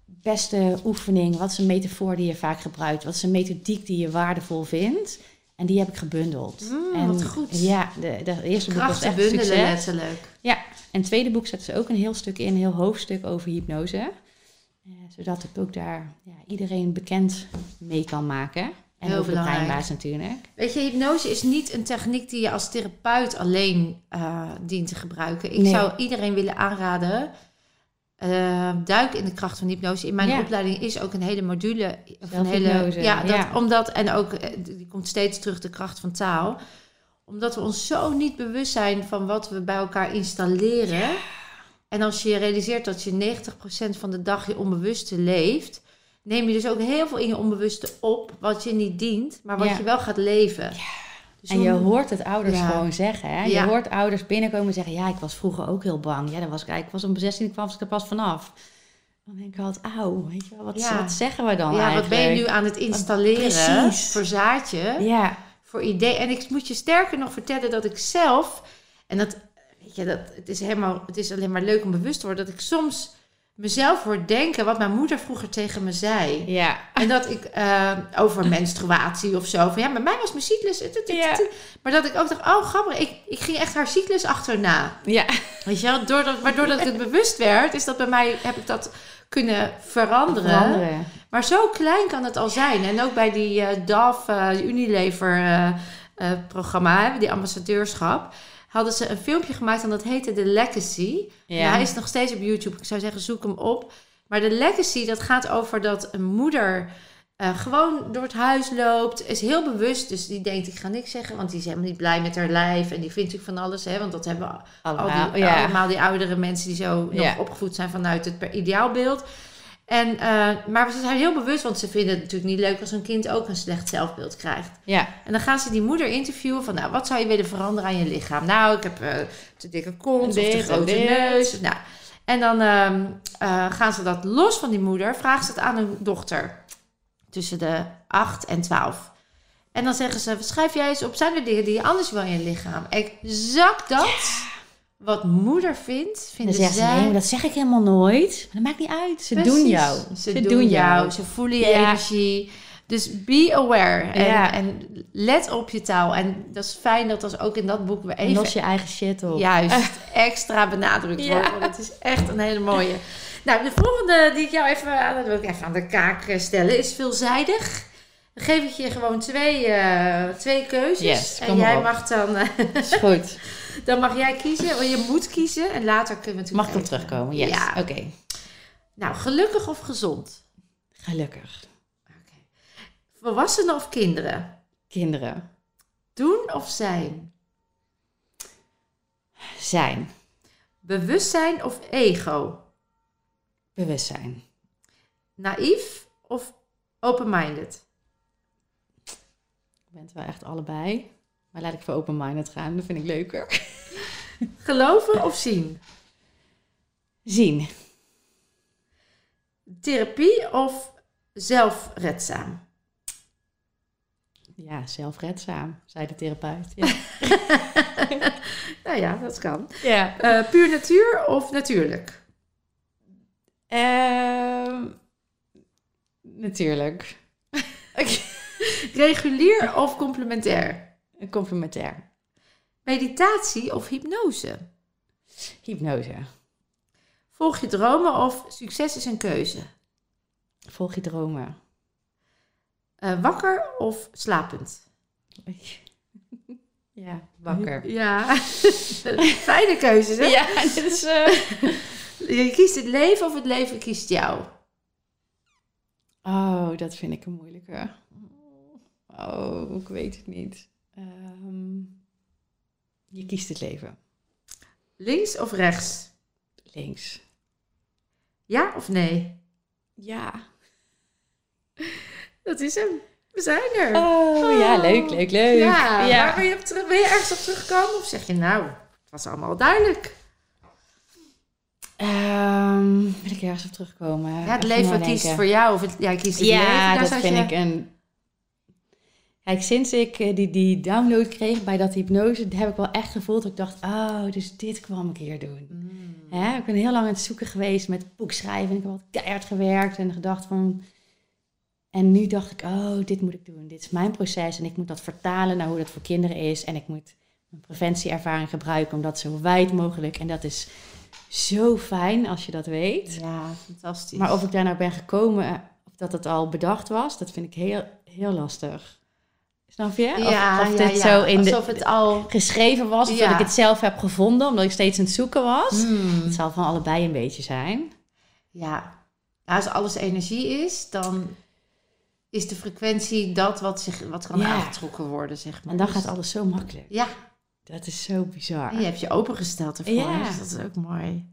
[SPEAKER 2] beste oefening? Wat is een metafoor die je vaak gebruikt? Wat is een methodiek die je waardevol vindt? En die heb ik gebundeld.
[SPEAKER 1] Mm,
[SPEAKER 2] en,
[SPEAKER 1] wat goed.
[SPEAKER 2] Ja, de, de eerste boek was
[SPEAKER 1] Krachten
[SPEAKER 2] echt een
[SPEAKER 1] bundelen,
[SPEAKER 2] succes.
[SPEAKER 1] letterlijk.
[SPEAKER 2] Ja, en het tweede boek zetten ze ook een heel stuk in, een heel hoofdstuk over hypnose. Eh, zodat ik ook daar ja, iedereen bekend mee kan maken. En
[SPEAKER 1] Heel
[SPEAKER 2] over
[SPEAKER 1] belangrijk.
[SPEAKER 2] de breinbaas natuurlijk.
[SPEAKER 1] Weet je, hypnose is niet een techniek die je als therapeut alleen eh, dient te gebruiken. Ik
[SPEAKER 2] Nee.
[SPEAKER 1] zou iedereen willen aanraden. eh, duik in de kracht van hypnose. In mijn
[SPEAKER 2] Ja.
[SPEAKER 1] opleiding is ook een hele module. Of een hele,
[SPEAKER 2] Zelfhypnose,
[SPEAKER 1] ja, dat,
[SPEAKER 2] ja.
[SPEAKER 1] omdat, en ook, eh, die komt steeds terug, de kracht van taal. Omdat we ons zo niet bewust zijn van wat we bij elkaar installeren. En als je realiseert dat je 90% van de dag je onbewuste leeft, neem je dus ook heel veel in je onbewuste op wat je niet dient, maar wat
[SPEAKER 2] Ja.
[SPEAKER 1] je wel gaat leven. Dus
[SPEAKER 2] En je
[SPEAKER 1] hoe-
[SPEAKER 2] hoort het ouders
[SPEAKER 1] Ja.
[SPEAKER 2] gewoon zeggen. Hè? Je
[SPEAKER 1] Ja.
[SPEAKER 2] hoort ouders binnenkomen en zeggen: Ja, ik was vroeger ook heel bang. Ja, dan was ik, ik was om 16 kwam ik er pas vanaf. Dan denk ik altijd: Auw, weet je wel, wat,
[SPEAKER 1] Ja.
[SPEAKER 2] wat zeggen we dan?
[SPEAKER 1] Ja, wat ben je nu
[SPEAKER 2] eigenlijk?
[SPEAKER 1] aan het installeren?
[SPEAKER 2] Precies.
[SPEAKER 1] Voor zaadje,
[SPEAKER 2] Ja,
[SPEAKER 1] voor idee. En ik moet je sterker nog vertellen dat ik zelf, en dat, weet je, dat, het, is helemaal, het is alleen maar leuk om bewust te worden, dat ik soms mezelf hoor denken wat mijn moeder vroeger tegen me zei.
[SPEAKER 2] ja.
[SPEAKER 1] En dat ik eh, over menstruatie of zo. Van, ja, bij mij was mijn cyclus. tut, tut, tut,
[SPEAKER 2] Ja.
[SPEAKER 1] tut. Maar dat ik ook dacht, oh grappig, ik, ik ging echt haar cyclus achterna.
[SPEAKER 2] ja.
[SPEAKER 1] Weet je wel, doordat, maar doordat ik het bewust werd, is dat bij mij, heb ik dat kunnen veranderen.
[SPEAKER 2] Veranderen.
[SPEAKER 1] Maar zo klein kan het al zijn. En ook bij die eh DAF, eh, Unilever eh, eh, programma, hè, die ambassadeurschap, hadden ze een filmpje gemaakt en dat heette The Legacy.
[SPEAKER 2] Ja.
[SPEAKER 1] En hij is nog steeds op YouTube. Ik zou zeggen, zoek hem op. Maar de legacy, dat gaat over dat een moeder eh, gewoon door het huis loopt. Is heel bewust. Dus die denkt, ik ga niks zeggen. Want die is helemaal niet blij met haar lijf. En die vindt natuurlijk van alles. Hè, want dat hebben we
[SPEAKER 2] Allemaal,
[SPEAKER 1] al oh, die,
[SPEAKER 2] ja.
[SPEAKER 1] allemaal die oudere mensen die zo
[SPEAKER 2] Ja.
[SPEAKER 1] nog opgevoed zijn vanuit het per- ideaalbeeld. En, eh, maar ze zijn heel bewust, want ze vinden het natuurlijk niet leuk als een kind ook een slecht zelfbeeld krijgt.
[SPEAKER 2] Ja.
[SPEAKER 1] En dan gaan ze die moeder interviewen van, nou, wat zou je willen veranderen aan je lichaam? Nou, ik heb eh, te dikke kont of
[SPEAKER 2] Dit
[SPEAKER 1] te
[SPEAKER 2] en
[SPEAKER 1] grote
[SPEAKER 2] dit.
[SPEAKER 1] neus. Nou, en dan ehm, eh, gaan ze dat los van die moeder, vragen ze het aan hun dochter tussen de 8 en 12. En dan zeggen ze, schrijf jij eens op, zijn er dingen die je anders wil in je lichaam? Exact dat, wat moeder vindt,
[SPEAKER 2] En dan
[SPEAKER 1] vinden
[SPEAKER 2] zeggen ze:
[SPEAKER 1] zij...
[SPEAKER 2] Nee, maar dat zeg ik helemaal nooit. Maar dat maakt niet uit. Ze doen
[SPEAKER 1] Precies.
[SPEAKER 2] jou.
[SPEAKER 1] Ze, doen, jou. Ze voelen je
[SPEAKER 2] Ja.
[SPEAKER 1] energie. Dus be aware. En,
[SPEAKER 2] Ja.
[SPEAKER 1] en let op je taal. En dat is fijn dat dat ook in dat boek weer
[SPEAKER 2] En
[SPEAKER 1] even
[SPEAKER 2] los je eigen shit op.
[SPEAKER 1] juist extra benadrukt
[SPEAKER 2] Ja.
[SPEAKER 1] wordt. Want het is echt een hele mooie. Nou, de volgende die ik jou even, aan- dat wil ik even aan de kaak eh, stellen, is veelzijdig. Dan geef ik je gewoon twee, eh, twee keuzes.
[SPEAKER 2] Yes, kom
[SPEAKER 1] en jij
[SPEAKER 2] maar op.
[SPEAKER 1] mag dan, eh,
[SPEAKER 2] Is goed.
[SPEAKER 1] dan mag jij kiezen. Oh, je moet kiezen. En later kunnen we natuurlijk
[SPEAKER 2] Mag ik op
[SPEAKER 1] kijken.
[SPEAKER 2] terugkomen? Yes.
[SPEAKER 1] Ja.
[SPEAKER 2] Oké.
[SPEAKER 1] Nou, gelukkig of gezond?
[SPEAKER 2] Gelukkig.
[SPEAKER 1] Oké. Volwassenen of kinderen?
[SPEAKER 2] Kinderen
[SPEAKER 1] Doen of zijn?
[SPEAKER 2] zijn
[SPEAKER 1] Bewustzijn of ego?
[SPEAKER 2] bewustzijn.
[SPEAKER 1] Naïef of open-minded?
[SPEAKER 2] Je bent wel echt allebei. Maar laat ik voor open-minded gaan. Dat vind ik leuker.
[SPEAKER 1] Geloven of zien?
[SPEAKER 2] Zien.
[SPEAKER 1] Therapie of zelfredzaam?
[SPEAKER 2] Ja, zelfredzaam, zei de therapeut. Ja.
[SPEAKER 1] Nou ja, dat kan.
[SPEAKER 2] ja.
[SPEAKER 1] Eh, puur natuur of natuurlijk?
[SPEAKER 2] Ehm, natuurlijk.
[SPEAKER 1] Regulier of complementair?
[SPEAKER 2] Een Complementair.
[SPEAKER 1] Meditatie of hypnose?
[SPEAKER 2] Hypnose.
[SPEAKER 1] Volg je dromen of succes is een keuze?
[SPEAKER 2] Volg je dromen.
[SPEAKER 1] Eh, wakker of slapend?
[SPEAKER 2] Ja, wakker.
[SPEAKER 1] Ja, fijne keuzes hè?
[SPEAKER 2] Ja, dit is... eh,
[SPEAKER 1] Je kiest het leven of het leven kiest jou?
[SPEAKER 2] Oh, dat vind ik een moeilijke. Oh, ik weet het niet. Ehm, je kiest het leven.
[SPEAKER 1] Links of rechts?
[SPEAKER 2] Links.
[SPEAKER 1] Ja of nee?
[SPEAKER 2] Ja.
[SPEAKER 1] Dat is hem. We zijn er.
[SPEAKER 2] Oh, ja, leuk, leuk, leuk.
[SPEAKER 1] ja, Waar
[SPEAKER 2] ja.
[SPEAKER 1] wil je, op terug, wil je ergens op terugkomen? Of zeg je nou, het was allemaal duidelijk.
[SPEAKER 2] Ehm, wil ik ergens op terugkomen?
[SPEAKER 1] Ja, het leven kiest voor jou. Of het, jij kiest het leven.
[SPEAKER 2] Ja,
[SPEAKER 1] Daar
[SPEAKER 2] dat
[SPEAKER 1] zat
[SPEAKER 2] vind
[SPEAKER 1] je-
[SPEAKER 2] ik een... Kijk, sinds ik eh, die, die download kreeg bij dat hypnose, heb ik wel echt gevoeld dat ik dacht, oh, dus dit kwam ik hier doen.
[SPEAKER 1] Mm.
[SPEAKER 2] Hè, ik ben heel lang aan het zoeken geweest met boekschrijven. En ik heb wat keihard gewerkt en gedacht van... En nu dacht ik, oh, dit moet ik doen. Dit is mijn proces en ik moet dat vertalen naar hoe dat voor kinderen is. En ik moet mijn preventieervaring gebruiken om dat zo wijd mogelijk... En dat is zo fijn als je dat weet.
[SPEAKER 1] Ja, fantastisch.
[SPEAKER 2] Maar of ik daar nou ben gekomen, eh, of dat het al bedacht was... Dat vind ik heel, heel lastig. Snap je? Of-
[SPEAKER 1] ja,
[SPEAKER 2] of,
[SPEAKER 1] ja,
[SPEAKER 2] dit
[SPEAKER 1] ja.
[SPEAKER 2] zo in de,
[SPEAKER 1] Alsof het al...
[SPEAKER 2] geschreven was. Of
[SPEAKER 1] Ja.
[SPEAKER 2] dat ik het zelf heb gevonden, omdat ik steeds aan het zoeken was.
[SPEAKER 1] Mm.
[SPEAKER 2] Het zal van allebei een beetje zijn.
[SPEAKER 1] Ja. Ja, als alles energie is, dan is de frequentie dat wat, zich, wat kan
[SPEAKER 2] Ja.
[SPEAKER 1] aangetrokken worden, zeg maar.
[SPEAKER 2] En dan
[SPEAKER 1] Dus-
[SPEAKER 2] gaat alles zo makkelijk.
[SPEAKER 1] Ja,
[SPEAKER 2] Dat is zo bizar.
[SPEAKER 1] En je hebt je opengesteld ervoor.
[SPEAKER 2] Ja.
[SPEAKER 1] Dus dat is ook mooi.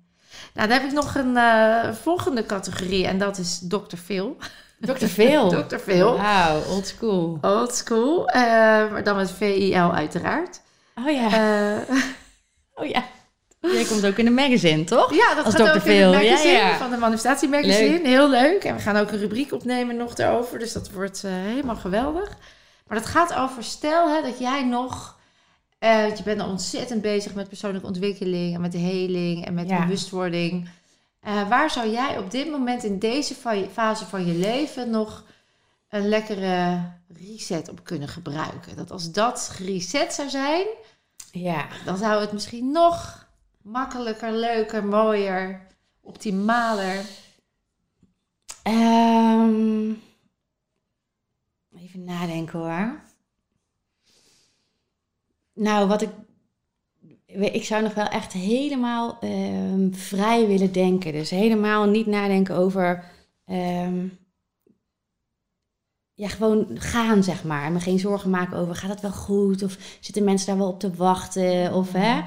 [SPEAKER 1] Nou, dan heb ik nog een eh, volgende categorie en dat is Dr. Phil.
[SPEAKER 2] Dr. Veel.
[SPEAKER 1] Dr. Phil.
[SPEAKER 2] Wauw, old school.
[SPEAKER 1] Old school, eh, maar dan met VIL uiteraard.
[SPEAKER 2] Oh ja.
[SPEAKER 1] Eh,
[SPEAKER 2] Oh ja. Jij komt ook in de magazine, toch?
[SPEAKER 1] ja, dat
[SPEAKER 2] Als
[SPEAKER 1] gaat
[SPEAKER 2] Dr.
[SPEAKER 1] ook in
[SPEAKER 2] Phil,
[SPEAKER 1] de
[SPEAKER 2] ja,
[SPEAKER 1] magazine
[SPEAKER 2] ja.
[SPEAKER 1] van de Manifestatie Magazine.
[SPEAKER 2] Leuk.
[SPEAKER 1] Heel leuk. En we gaan ook een rubriek opnemen nog daarover, dus dat wordt eh, helemaal geweldig. Maar dat gaat over, stel hè, dat jij nog... eh, want je bent al ontzettend bezig met persoonlijke ontwikkeling en met heling en met
[SPEAKER 2] Ja.
[SPEAKER 1] bewustwording. Eh, waar zou jij op dit moment in deze fa- fase van je leven nog een lekkere reset op kunnen gebruiken? Dat als dat gereset zou zijn,
[SPEAKER 2] Ja.
[SPEAKER 1] dan zou het misschien nog makkelijker, leuker, mooier, optimaler.
[SPEAKER 2] Ehm, even nadenken hoor. Nou, wat ik. Ik zou nog wel echt helemaal ehm, vrij willen denken. Dus helemaal niet nadenken over. ehm, ja, gewoon gaan, zeg maar. En me geen zorgen maken over gaat het wel goed? Of zitten mensen daar wel op te wachten? Of hè.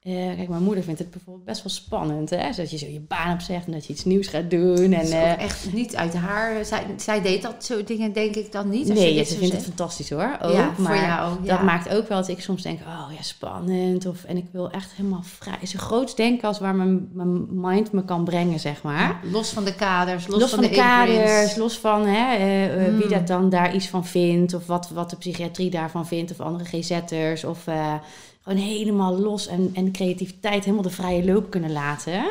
[SPEAKER 2] Eh, kijk, mijn moeder vindt het bijvoorbeeld best wel spannend. Hè? Dat je zo je baan opzegt en dat je iets nieuws gaat doen.
[SPEAKER 1] En
[SPEAKER 2] En, eh,
[SPEAKER 1] echt niet uit haar. Zij, zij deed dat soort dingen, denk ik dan niet. als je
[SPEAKER 2] Nee,
[SPEAKER 1] dit
[SPEAKER 2] ze
[SPEAKER 1] zo
[SPEAKER 2] vindt het
[SPEAKER 1] zegt.
[SPEAKER 2] fantastisch hoor. Ook,
[SPEAKER 1] ja,
[SPEAKER 2] maar
[SPEAKER 1] voor jou. Ja.
[SPEAKER 2] dat maakt ook wel dat ik soms denk, oh ja, spannend. Of, en ik wil echt helemaal vrij. Zo groot denken als waar mijn, mijn mind me kan brengen, zeg maar.
[SPEAKER 1] Los van de kaders, los,
[SPEAKER 2] los van de,
[SPEAKER 1] imprints.
[SPEAKER 2] kaders, los van hè, eh, eh,
[SPEAKER 1] Hmm.
[SPEAKER 2] wie dat dan daar iets van vindt. Of wat, wat de psychiatrie daarvan vindt. Of andere GZ'ers. Of eh, gewoon helemaal los en, en creativiteit helemaal de vrije loop kunnen laten.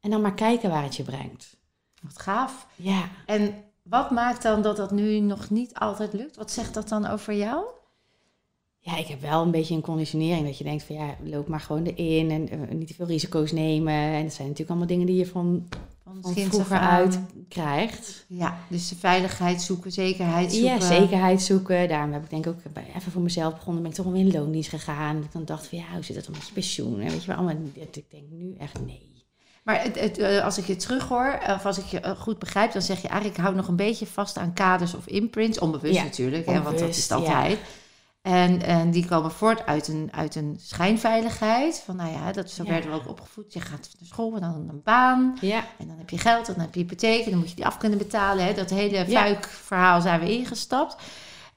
[SPEAKER 2] En dan maar kijken waar het je brengt.
[SPEAKER 1] Wat gaaf.
[SPEAKER 2] Ja.
[SPEAKER 1] En wat maakt dan dat dat nu nog niet altijd lukt? Wat zegt dat dan over jou?
[SPEAKER 2] Ja, ik heb wel een beetje een conditionering dat je denkt van ja, loop maar gewoon erin en eh, niet te veel risico's nemen. En dat zijn natuurlijk allemaal dingen die je van,
[SPEAKER 1] Van
[SPEAKER 2] van
[SPEAKER 1] kind af
[SPEAKER 2] vroeger
[SPEAKER 1] aan.
[SPEAKER 2] uit krijgt.
[SPEAKER 1] Ja, dus de veiligheid zoeken, zekerheid zoeken.
[SPEAKER 2] Ja, zekerheid zoeken. Daarom heb ik denk ik ook bij- even voor mezelf begonnen. Ben ik toch wel weer in loondienst gegaan. Dat ik dan dacht van ja, hoe zit dat dan met je pensioen? En weet je wel, allemaal, dat ik denk nu echt nee.
[SPEAKER 1] Maar het, het, eh, als ik je terug hoor, of als ik je eh, goed begrijp, dan zeg je eigenlijk: ik hou nog een beetje vast aan kaders of imprints. Onbewust
[SPEAKER 2] Ja,
[SPEAKER 1] natuurlijk, hè, want dat
[SPEAKER 2] onbewust,
[SPEAKER 1] is het
[SPEAKER 2] ja.
[SPEAKER 1] altijd. En, en die komen voort uit een, uit een schijnveiligheid. Van nou ja, dat, zo
[SPEAKER 2] Ja.
[SPEAKER 1] werden we ook opgevoed. Je gaat naar school en dan een baan.
[SPEAKER 2] Ja,
[SPEAKER 1] En dan heb je geld, en dan heb je hypotheek. En dan moet je die af kunnen betalen. Hè. Dat hele
[SPEAKER 2] Ja.
[SPEAKER 1] fuikverhaal zijn we ingestapt.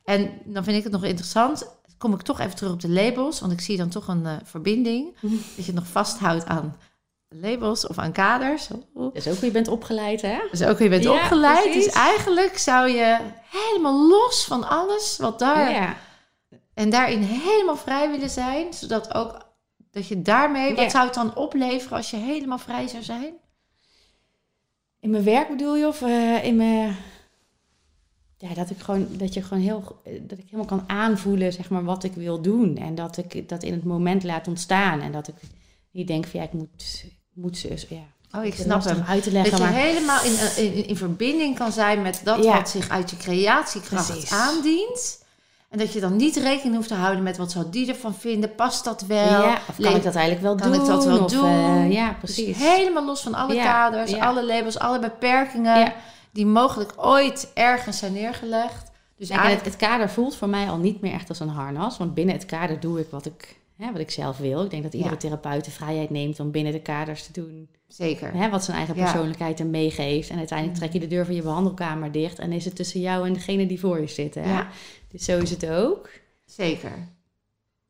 [SPEAKER 1] En dan vind ik het nog interessant. Kom ik toch even terug op de labels, want ik zie dan toch een eh, verbinding. Dat je nog vasthoudt aan labels of aan kaders. Oh,
[SPEAKER 2] dat is ook hoe je bent opgeleid hè?
[SPEAKER 1] Dus ook hoe je bent
[SPEAKER 2] Ja,
[SPEAKER 1] opgeleid. Dus
[SPEAKER 2] precies.
[SPEAKER 1] eigenlijk zou je helemaal los van alles wat daar...
[SPEAKER 2] Ja,
[SPEAKER 1] En daarin helemaal vrij willen zijn. Zodat ook dat je daarmee...
[SPEAKER 2] Ja.
[SPEAKER 1] Wat zou het dan opleveren als je helemaal vrij zou zijn?
[SPEAKER 2] In mijn werk bedoel je? Of eh, in mijn. Ja, dat ik gewoon, dat je gewoon heel, eh, dat ik helemaal kan aanvoelen, zeg maar, wat ik wil doen. En dat ik dat in het moment laat ontstaan. En dat ik niet denk van, ja, ik moet, ik moet zus, ja.
[SPEAKER 1] Oh, ik
[SPEAKER 2] Het is
[SPEAKER 1] snap
[SPEAKER 2] lastig
[SPEAKER 1] hem.
[SPEAKER 2] om uit te
[SPEAKER 1] Dat
[SPEAKER 2] leggen,
[SPEAKER 1] je
[SPEAKER 2] maar
[SPEAKER 1] helemaal in, eh, in, in verbinding kan zijn met dat
[SPEAKER 2] Ja.
[SPEAKER 1] wat zich uit je creatiekracht
[SPEAKER 2] Precies.
[SPEAKER 1] aandient. En dat je dan niet rekening hoeft te houden met wat zou die ervan vinden. Past dat wel?
[SPEAKER 2] ja, of kan
[SPEAKER 1] Le-
[SPEAKER 2] ik dat eigenlijk wel
[SPEAKER 1] kan
[SPEAKER 2] doen?
[SPEAKER 1] ik dat wel
[SPEAKER 2] Of,
[SPEAKER 1] doen?
[SPEAKER 2] eh, ja,
[SPEAKER 1] Dus
[SPEAKER 2] precies.
[SPEAKER 1] helemaal los van alle
[SPEAKER 2] Ja,
[SPEAKER 1] kaders,
[SPEAKER 2] ja.
[SPEAKER 1] alle labels, alle beperkingen
[SPEAKER 2] Ja.
[SPEAKER 1] die mogelijk ooit ergens zijn neergelegd. Dus
[SPEAKER 2] Ja, en het, het kader voelt voor mij al niet meer echt als een harnas. Want binnen het kader doe ik wat ik, hè, wat ik zelf wil. Ik denk dat iedere
[SPEAKER 1] Ja.
[SPEAKER 2] therapeut de vrijheid neemt om binnen de kaders te doen
[SPEAKER 1] zeker.
[SPEAKER 2] hè, wat zijn eigen
[SPEAKER 1] Ja. Mm.
[SPEAKER 2] persoonlijkheid hem meegeeft. En uiteindelijk trek je de deur van je behandelkamer dicht en is het tussen jou en degene die voor je zit. Hè?
[SPEAKER 1] Ja.
[SPEAKER 2] Dus zo is het ook.
[SPEAKER 1] Zeker.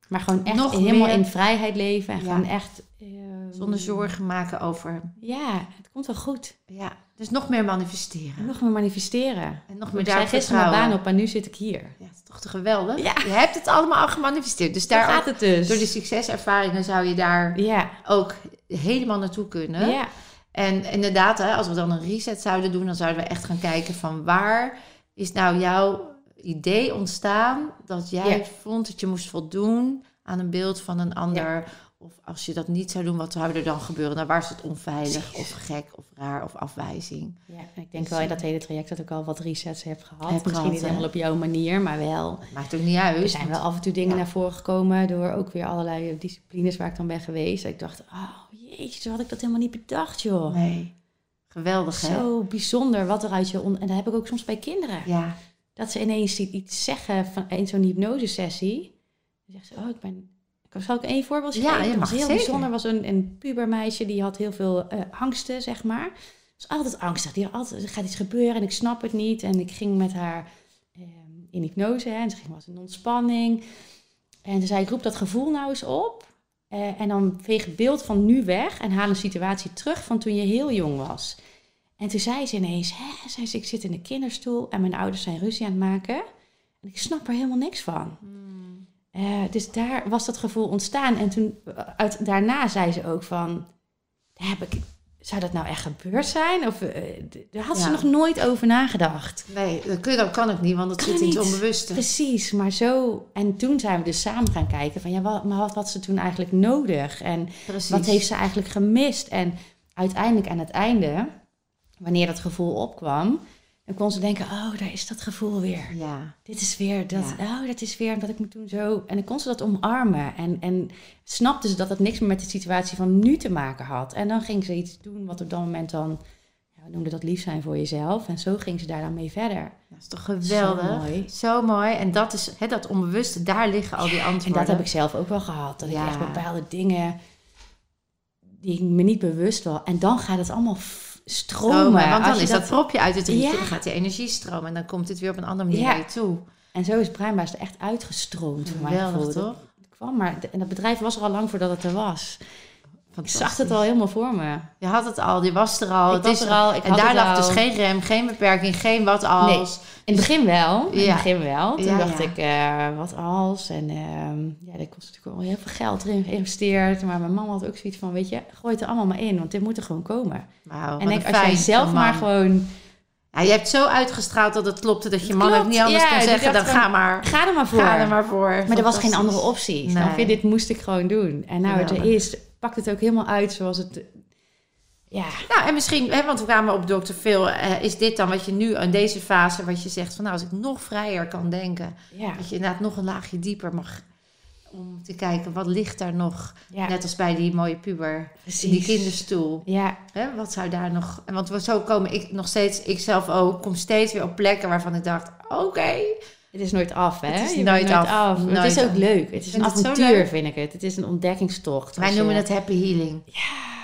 [SPEAKER 2] Maar gewoon echt
[SPEAKER 1] Nog
[SPEAKER 2] helemaal
[SPEAKER 1] meer-
[SPEAKER 2] in vrijheid leven en
[SPEAKER 1] Ja.
[SPEAKER 2] gewoon echt. eh,
[SPEAKER 1] Zonder zorgen maken over.
[SPEAKER 2] Ja, het komt wel goed.
[SPEAKER 1] Ja, dus nog meer manifesteren.
[SPEAKER 2] Nog meer manifesteren.
[SPEAKER 1] en nog meer Dus daar
[SPEAKER 2] Ik zei gisteren mijn baan
[SPEAKER 1] vertrouwen.
[SPEAKER 2] op en nu zit ik hier.
[SPEAKER 1] Ja, dat is toch te geweldig?
[SPEAKER 2] Ja.
[SPEAKER 1] Je hebt het allemaal al gemanifesteerd. Dus
[SPEAKER 2] Daar
[SPEAKER 1] daar
[SPEAKER 2] gaat
[SPEAKER 1] ook-
[SPEAKER 2] het dus.
[SPEAKER 1] door die succeservaringen zou je daar
[SPEAKER 2] Ja,
[SPEAKER 1] ook helemaal naartoe kunnen.
[SPEAKER 2] ja.
[SPEAKER 1] En inderdaad, hè, als we dan een reset zouden doen, dan zouden we echt gaan kijken van waar is nou jouw idee ontstaan dat jij
[SPEAKER 2] Ja.
[SPEAKER 1] vond dat je moest voldoen aan een beeld van een ander. Of als je dat niet zou doen, wat zou er dan gebeuren? Nou, waar is het onveilig of gek of raar of afwijzing?
[SPEAKER 2] ja. En ik denk wel in dat hele traject dat ik al wat resets heb gehad.
[SPEAKER 1] dus, eh, Heb
[SPEAKER 2] Misschien
[SPEAKER 1] gehad,
[SPEAKER 2] niet
[SPEAKER 1] hè?
[SPEAKER 2] helemaal op jouw manier, maar wel
[SPEAKER 1] Maakt ook niet uit.
[SPEAKER 2] Er zijn wel af en toe dingen
[SPEAKER 1] Ja.
[SPEAKER 2] naar voren gekomen door ook weer allerlei disciplines waar ik dan ben geweest. Dat Ik dacht, oh jeetje, zo had ik dat helemaal niet bedacht joh.
[SPEAKER 1] Nee. Geweldig, hè?
[SPEAKER 2] Zo bijzonder wat er uit je... On en dat heb ik ook soms bij kinderen.
[SPEAKER 1] Ja.
[SPEAKER 2] Dat ze ineens i- iets zeggen van, in zo'n hypnosesessie. Dan zeggen ze, oh ik ben Zal ik één voorbeeldje
[SPEAKER 1] Ja,
[SPEAKER 2] geven?
[SPEAKER 1] je
[SPEAKER 2] Dat was
[SPEAKER 1] mag
[SPEAKER 2] heel
[SPEAKER 1] zeker.
[SPEAKER 2] bijzonder. was een, een pubermeisje die had heel veel eh, angsten, zeg maar. Ze was altijd angstig. Die had altijd, er gaat iets gebeuren en ik snap het niet. En ik ging met haar eh, in hypnose hè, en ze ging wat in ontspanning. En toen zei ik, roep dat gevoel nou eens op. Eh, en dan veeg het beeld van nu weg en haal een situatie terug van toen je heel jong was. En toen zei ze ineens, hè, zei ze, ik zit in de kinderstoel en mijn ouders zijn ruzie aan het maken. En ik snap er helemaal niks van. Eh, dus daar was dat gevoel ontstaan. En toen, eh, uit, daarna zei ze ook van, heb ik, zou dat nou echt gebeurd zijn? Of, eh, d- daar had
[SPEAKER 1] Ja.
[SPEAKER 2] ze nog nooit over nagedacht.
[SPEAKER 1] Nee, dat, kun, dat kan ook niet, want dat
[SPEAKER 2] Kan
[SPEAKER 1] zit in het
[SPEAKER 2] niet.
[SPEAKER 1] onbewuste.
[SPEAKER 2] Precies, maar zo. En toen zijn we dus samen gaan kijken van ja, wat, maar wat had ze toen eigenlijk nodig? En
[SPEAKER 1] Precies.
[SPEAKER 2] wat heeft ze eigenlijk gemist? En uiteindelijk aan het einde, wanneer dat gevoel opkwam, dan kon ze denken, oh, daar is dat gevoel weer.
[SPEAKER 1] Ja,
[SPEAKER 2] Dit is weer dat, oh, dat is weer dat ik me toen zo. En dan kon ze dat omarmen. En, en snapte ze dat dat niks meer met de situatie van nu te maken had. En dan ging ze iets doen wat op dat moment dan, ja, we noemden dat lief zijn voor jezelf. En zo ging ze daar dan mee verder.
[SPEAKER 1] dat is toch geweldig.
[SPEAKER 2] Zo mooi.
[SPEAKER 1] Zo mooi. En dat is hè, dat onbewuste, daar liggen al die antwoorden.
[SPEAKER 2] En dat heb ik zelf ook wel gehad. Dat
[SPEAKER 1] Ja.
[SPEAKER 2] ik echt bepaalde dingen die ik me niet bewust was. En dan gaat het allemaal f- stromen.
[SPEAKER 1] Stromen, want
[SPEAKER 2] Als
[SPEAKER 1] dan
[SPEAKER 2] je
[SPEAKER 1] is dat, propje uit het rietje,
[SPEAKER 2] Ja.
[SPEAKER 1] dan gaat die energie stromen en dan komt het weer op een andere manier
[SPEAKER 2] Ja.
[SPEAKER 1] naar je toe.
[SPEAKER 2] En zo is Bruinbaas er echt uitgestroomd. Voor mijn
[SPEAKER 1] Geweldig,
[SPEAKER 2] gevoel. Dat-
[SPEAKER 1] toch?
[SPEAKER 2] dat kwam maar. En dat bedrijf was er al lang voordat het er was. Ik zag
[SPEAKER 1] Fantastisch.
[SPEAKER 2] het al helemaal voor me.
[SPEAKER 1] Je had het al, je was er al.
[SPEAKER 2] Ik
[SPEAKER 1] het is
[SPEAKER 2] was er al, ik
[SPEAKER 1] en
[SPEAKER 2] had
[SPEAKER 1] daar
[SPEAKER 2] het
[SPEAKER 1] lag
[SPEAKER 2] al.
[SPEAKER 1] dus geen rem, geen beperking, geen wat als.
[SPEAKER 2] In het begin wel. In
[SPEAKER 1] Ja.
[SPEAKER 2] het begin wel. Toen
[SPEAKER 1] Ja,
[SPEAKER 2] dacht
[SPEAKER 1] ja.
[SPEAKER 2] ik, eh, wat als? En ehm, ja, dat kost natuurlijk al heel veel geld erin geïnvesteerd. Maar mijn mama had ook zoiets van, weet je, gooi het er allemaal maar in. Want dit moet er gewoon komen.
[SPEAKER 1] Wauw, Oh, wat
[SPEAKER 2] en denk,
[SPEAKER 1] een
[SPEAKER 2] als jij
[SPEAKER 1] fijn
[SPEAKER 2] zelf
[SPEAKER 1] man.
[SPEAKER 2] maar gewoon
[SPEAKER 1] Ja, je hebt zo uitgestraald dat het klopte dat je
[SPEAKER 2] Het
[SPEAKER 1] man ook
[SPEAKER 2] klopt,
[SPEAKER 1] niet anders
[SPEAKER 2] ja, dus
[SPEAKER 1] kon
[SPEAKER 2] die
[SPEAKER 1] zeggen dan
[SPEAKER 2] dacht van,
[SPEAKER 1] ga maar.
[SPEAKER 2] Ga er maar voor.
[SPEAKER 1] Ga er
[SPEAKER 2] maar
[SPEAKER 1] maar voor.
[SPEAKER 2] er was geen
[SPEAKER 1] Fantastisch.
[SPEAKER 2] andere optie. Snap
[SPEAKER 1] Nee.
[SPEAKER 2] je? Dit moest ik gewoon doen. En nou het er
[SPEAKER 1] Geweldig.
[SPEAKER 2] is, pakt het ook helemaal uit zoals het... Ja,
[SPEAKER 1] Nou, en misschien, hè, want we kwamen op Dr. Phil, eh, is dit dan wat je nu in deze fase, wat je zegt van nou, als ik nog vrijer kan denken,
[SPEAKER 2] ja,
[SPEAKER 1] dat je inderdaad nog een laagje dieper mag om te kijken wat ligt daar nog,
[SPEAKER 2] ja.
[SPEAKER 1] net als bij die mooie puber, in
[SPEAKER 2] precies.
[SPEAKER 1] die kinderstoel.
[SPEAKER 2] Ja,
[SPEAKER 1] Hè, wat zou daar nog, en want we- zo komen ik nog steeds, ik zelf ook, kom steeds weer op plekken waarvan ik dacht, oké,
[SPEAKER 2] het is nooit af, hè?
[SPEAKER 1] Het is
[SPEAKER 2] Je bent
[SPEAKER 1] nooit af.
[SPEAKER 2] Maar
[SPEAKER 1] Nooit
[SPEAKER 2] het is ook
[SPEAKER 1] af.
[SPEAKER 2] leuk. Het is een
[SPEAKER 1] vind het zo
[SPEAKER 2] avontuur,
[SPEAKER 1] leuk.
[SPEAKER 2] vind ik het. Het is een ontdekkingstocht.
[SPEAKER 1] wij
[SPEAKER 2] Als
[SPEAKER 1] noemen
[SPEAKER 2] je-
[SPEAKER 1] het happy healing.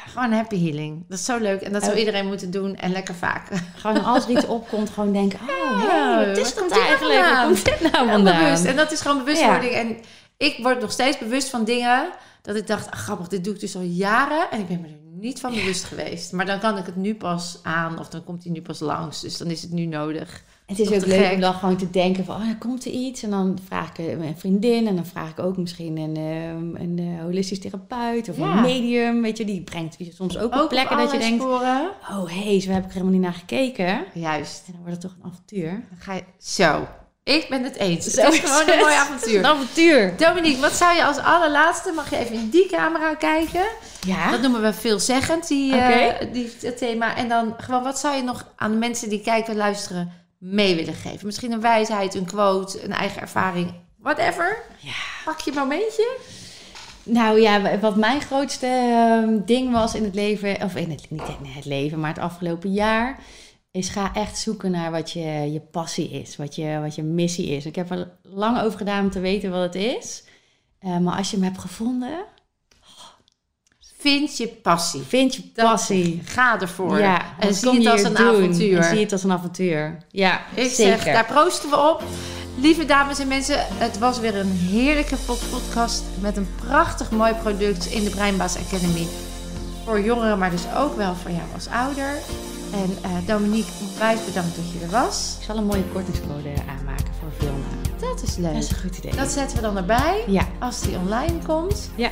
[SPEAKER 1] Gewoon happy healing. Dat is zo leuk en dat zou
[SPEAKER 2] Oh.
[SPEAKER 1] iedereen moeten doen en lekker vaak.
[SPEAKER 2] Gewoon als er iets opkomt, gewoon denken... Oh,
[SPEAKER 1] Ja,
[SPEAKER 2] hey, wat
[SPEAKER 1] waar
[SPEAKER 2] is
[SPEAKER 1] komt dit
[SPEAKER 2] dat
[SPEAKER 1] nou
[SPEAKER 2] eigenlijk? Waar
[SPEAKER 1] vandaan?
[SPEAKER 2] komt dit nou
[SPEAKER 1] Heel
[SPEAKER 2] vandaan?
[SPEAKER 1] bewust. En dat is gewoon bewustwording. En ik word nog steeds bewust van dingen dat ik dacht, ah, grappig, dit doe ik dus al jaren. En ik ben me er niet van bewust geweest. Maar dan kan ik het nu pas aan of dan komt hij nu pas langs. Dus dan is het nu nodig.
[SPEAKER 2] Het is
[SPEAKER 1] Toch
[SPEAKER 2] ook
[SPEAKER 1] te
[SPEAKER 2] leuk
[SPEAKER 1] gek?
[SPEAKER 2] om dan gewoon te denken van, oh, dan komt er iets. En dan vraag ik eh, mijn vriendin en dan vraag ik ook misschien een, ehm, een eh, holistisch therapeut of
[SPEAKER 1] Ja.
[SPEAKER 2] een medium. Weet je, die brengt je soms ook, op
[SPEAKER 1] Ook
[SPEAKER 2] plekken dat je denkt,
[SPEAKER 1] sporen.
[SPEAKER 2] oh hé, hey, zo heb ik er helemaal niet naar gekeken.
[SPEAKER 1] Juist.
[SPEAKER 2] En dan wordt het toch een avontuur.
[SPEAKER 1] Dan ga je... Zo, ik ben het eens.
[SPEAKER 2] Zo
[SPEAKER 1] het is
[SPEAKER 2] is
[SPEAKER 1] gewoon een
[SPEAKER 2] het.
[SPEAKER 1] mooi
[SPEAKER 2] Een
[SPEAKER 1] avontuur.
[SPEAKER 2] avontuur.
[SPEAKER 1] Dominique, wat zou je als allerlaatste, mag je even in die camera kijken?
[SPEAKER 2] Ja.
[SPEAKER 1] Dat noemen we veelzeggend, die, eh,
[SPEAKER 2] Oké.
[SPEAKER 1] die, het thema. En dan gewoon, wat zou je nog aan de mensen die kijken en luisteren mee willen geven? Misschien een wijsheid, een quote, een eigen ervaring, whatever.
[SPEAKER 2] Ja.
[SPEAKER 1] Pak je momentje.
[SPEAKER 2] Nou ja, wa- wat mijn grootste ehm, ding was in het leven, of in het, niet in het leven, maar het afgelopen jaar, is ga echt zoeken naar wat je, je passie is, wat je, wat je missie is. Ik heb er lang over gedaan om te weten wat het is, Eh, maar als je hem hebt gevonden,
[SPEAKER 1] Vind je passie.
[SPEAKER 2] vind je
[SPEAKER 1] Dat-
[SPEAKER 2] passie.
[SPEAKER 1] Ga ervoor. en
[SPEAKER 2] wat
[SPEAKER 1] zie
[SPEAKER 2] kom
[SPEAKER 1] het
[SPEAKER 2] je
[SPEAKER 1] als
[SPEAKER 2] hier
[SPEAKER 1] een
[SPEAKER 2] doen?
[SPEAKER 1] avontuur.
[SPEAKER 2] En zie het als een avontuur. Ja,
[SPEAKER 1] Ik
[SPEAKER 2] zeker.
[SPEAKER 1] zeg, daar proosten we op. Lieve dames en mensen, het was weer een heerlijke pod- podcast met een prachtig mooi product in de Breinbaas Academy. Voor jongeren, maar dus ook wel voor jou als ouder. En eh, Dominique, onwijs bedankt dat je er was.
[SPEAKER 2] Ik zal een mooie kortingscode aanmaken voor filmen.
[SPEAKER 1] Dat is
[SPEAKER 2] Dat
[SPEAKER 1] leuk.
[SPEAKER 2] is een goed idee.
[SPEAKER 1] Dat zetten we dan erbij
[SPEAKER 2] Ja,
[SPEAKER 1] als die online komt.
[SPEAKER 2] ja.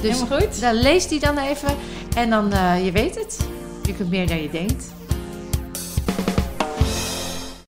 [SPEAKER 1] Dus
[SPEAKER 2] helemaal goed.
[SPEAKER 1] dan lees die dan even en dan, eh, je weet het, je kunt meer dan je denkt.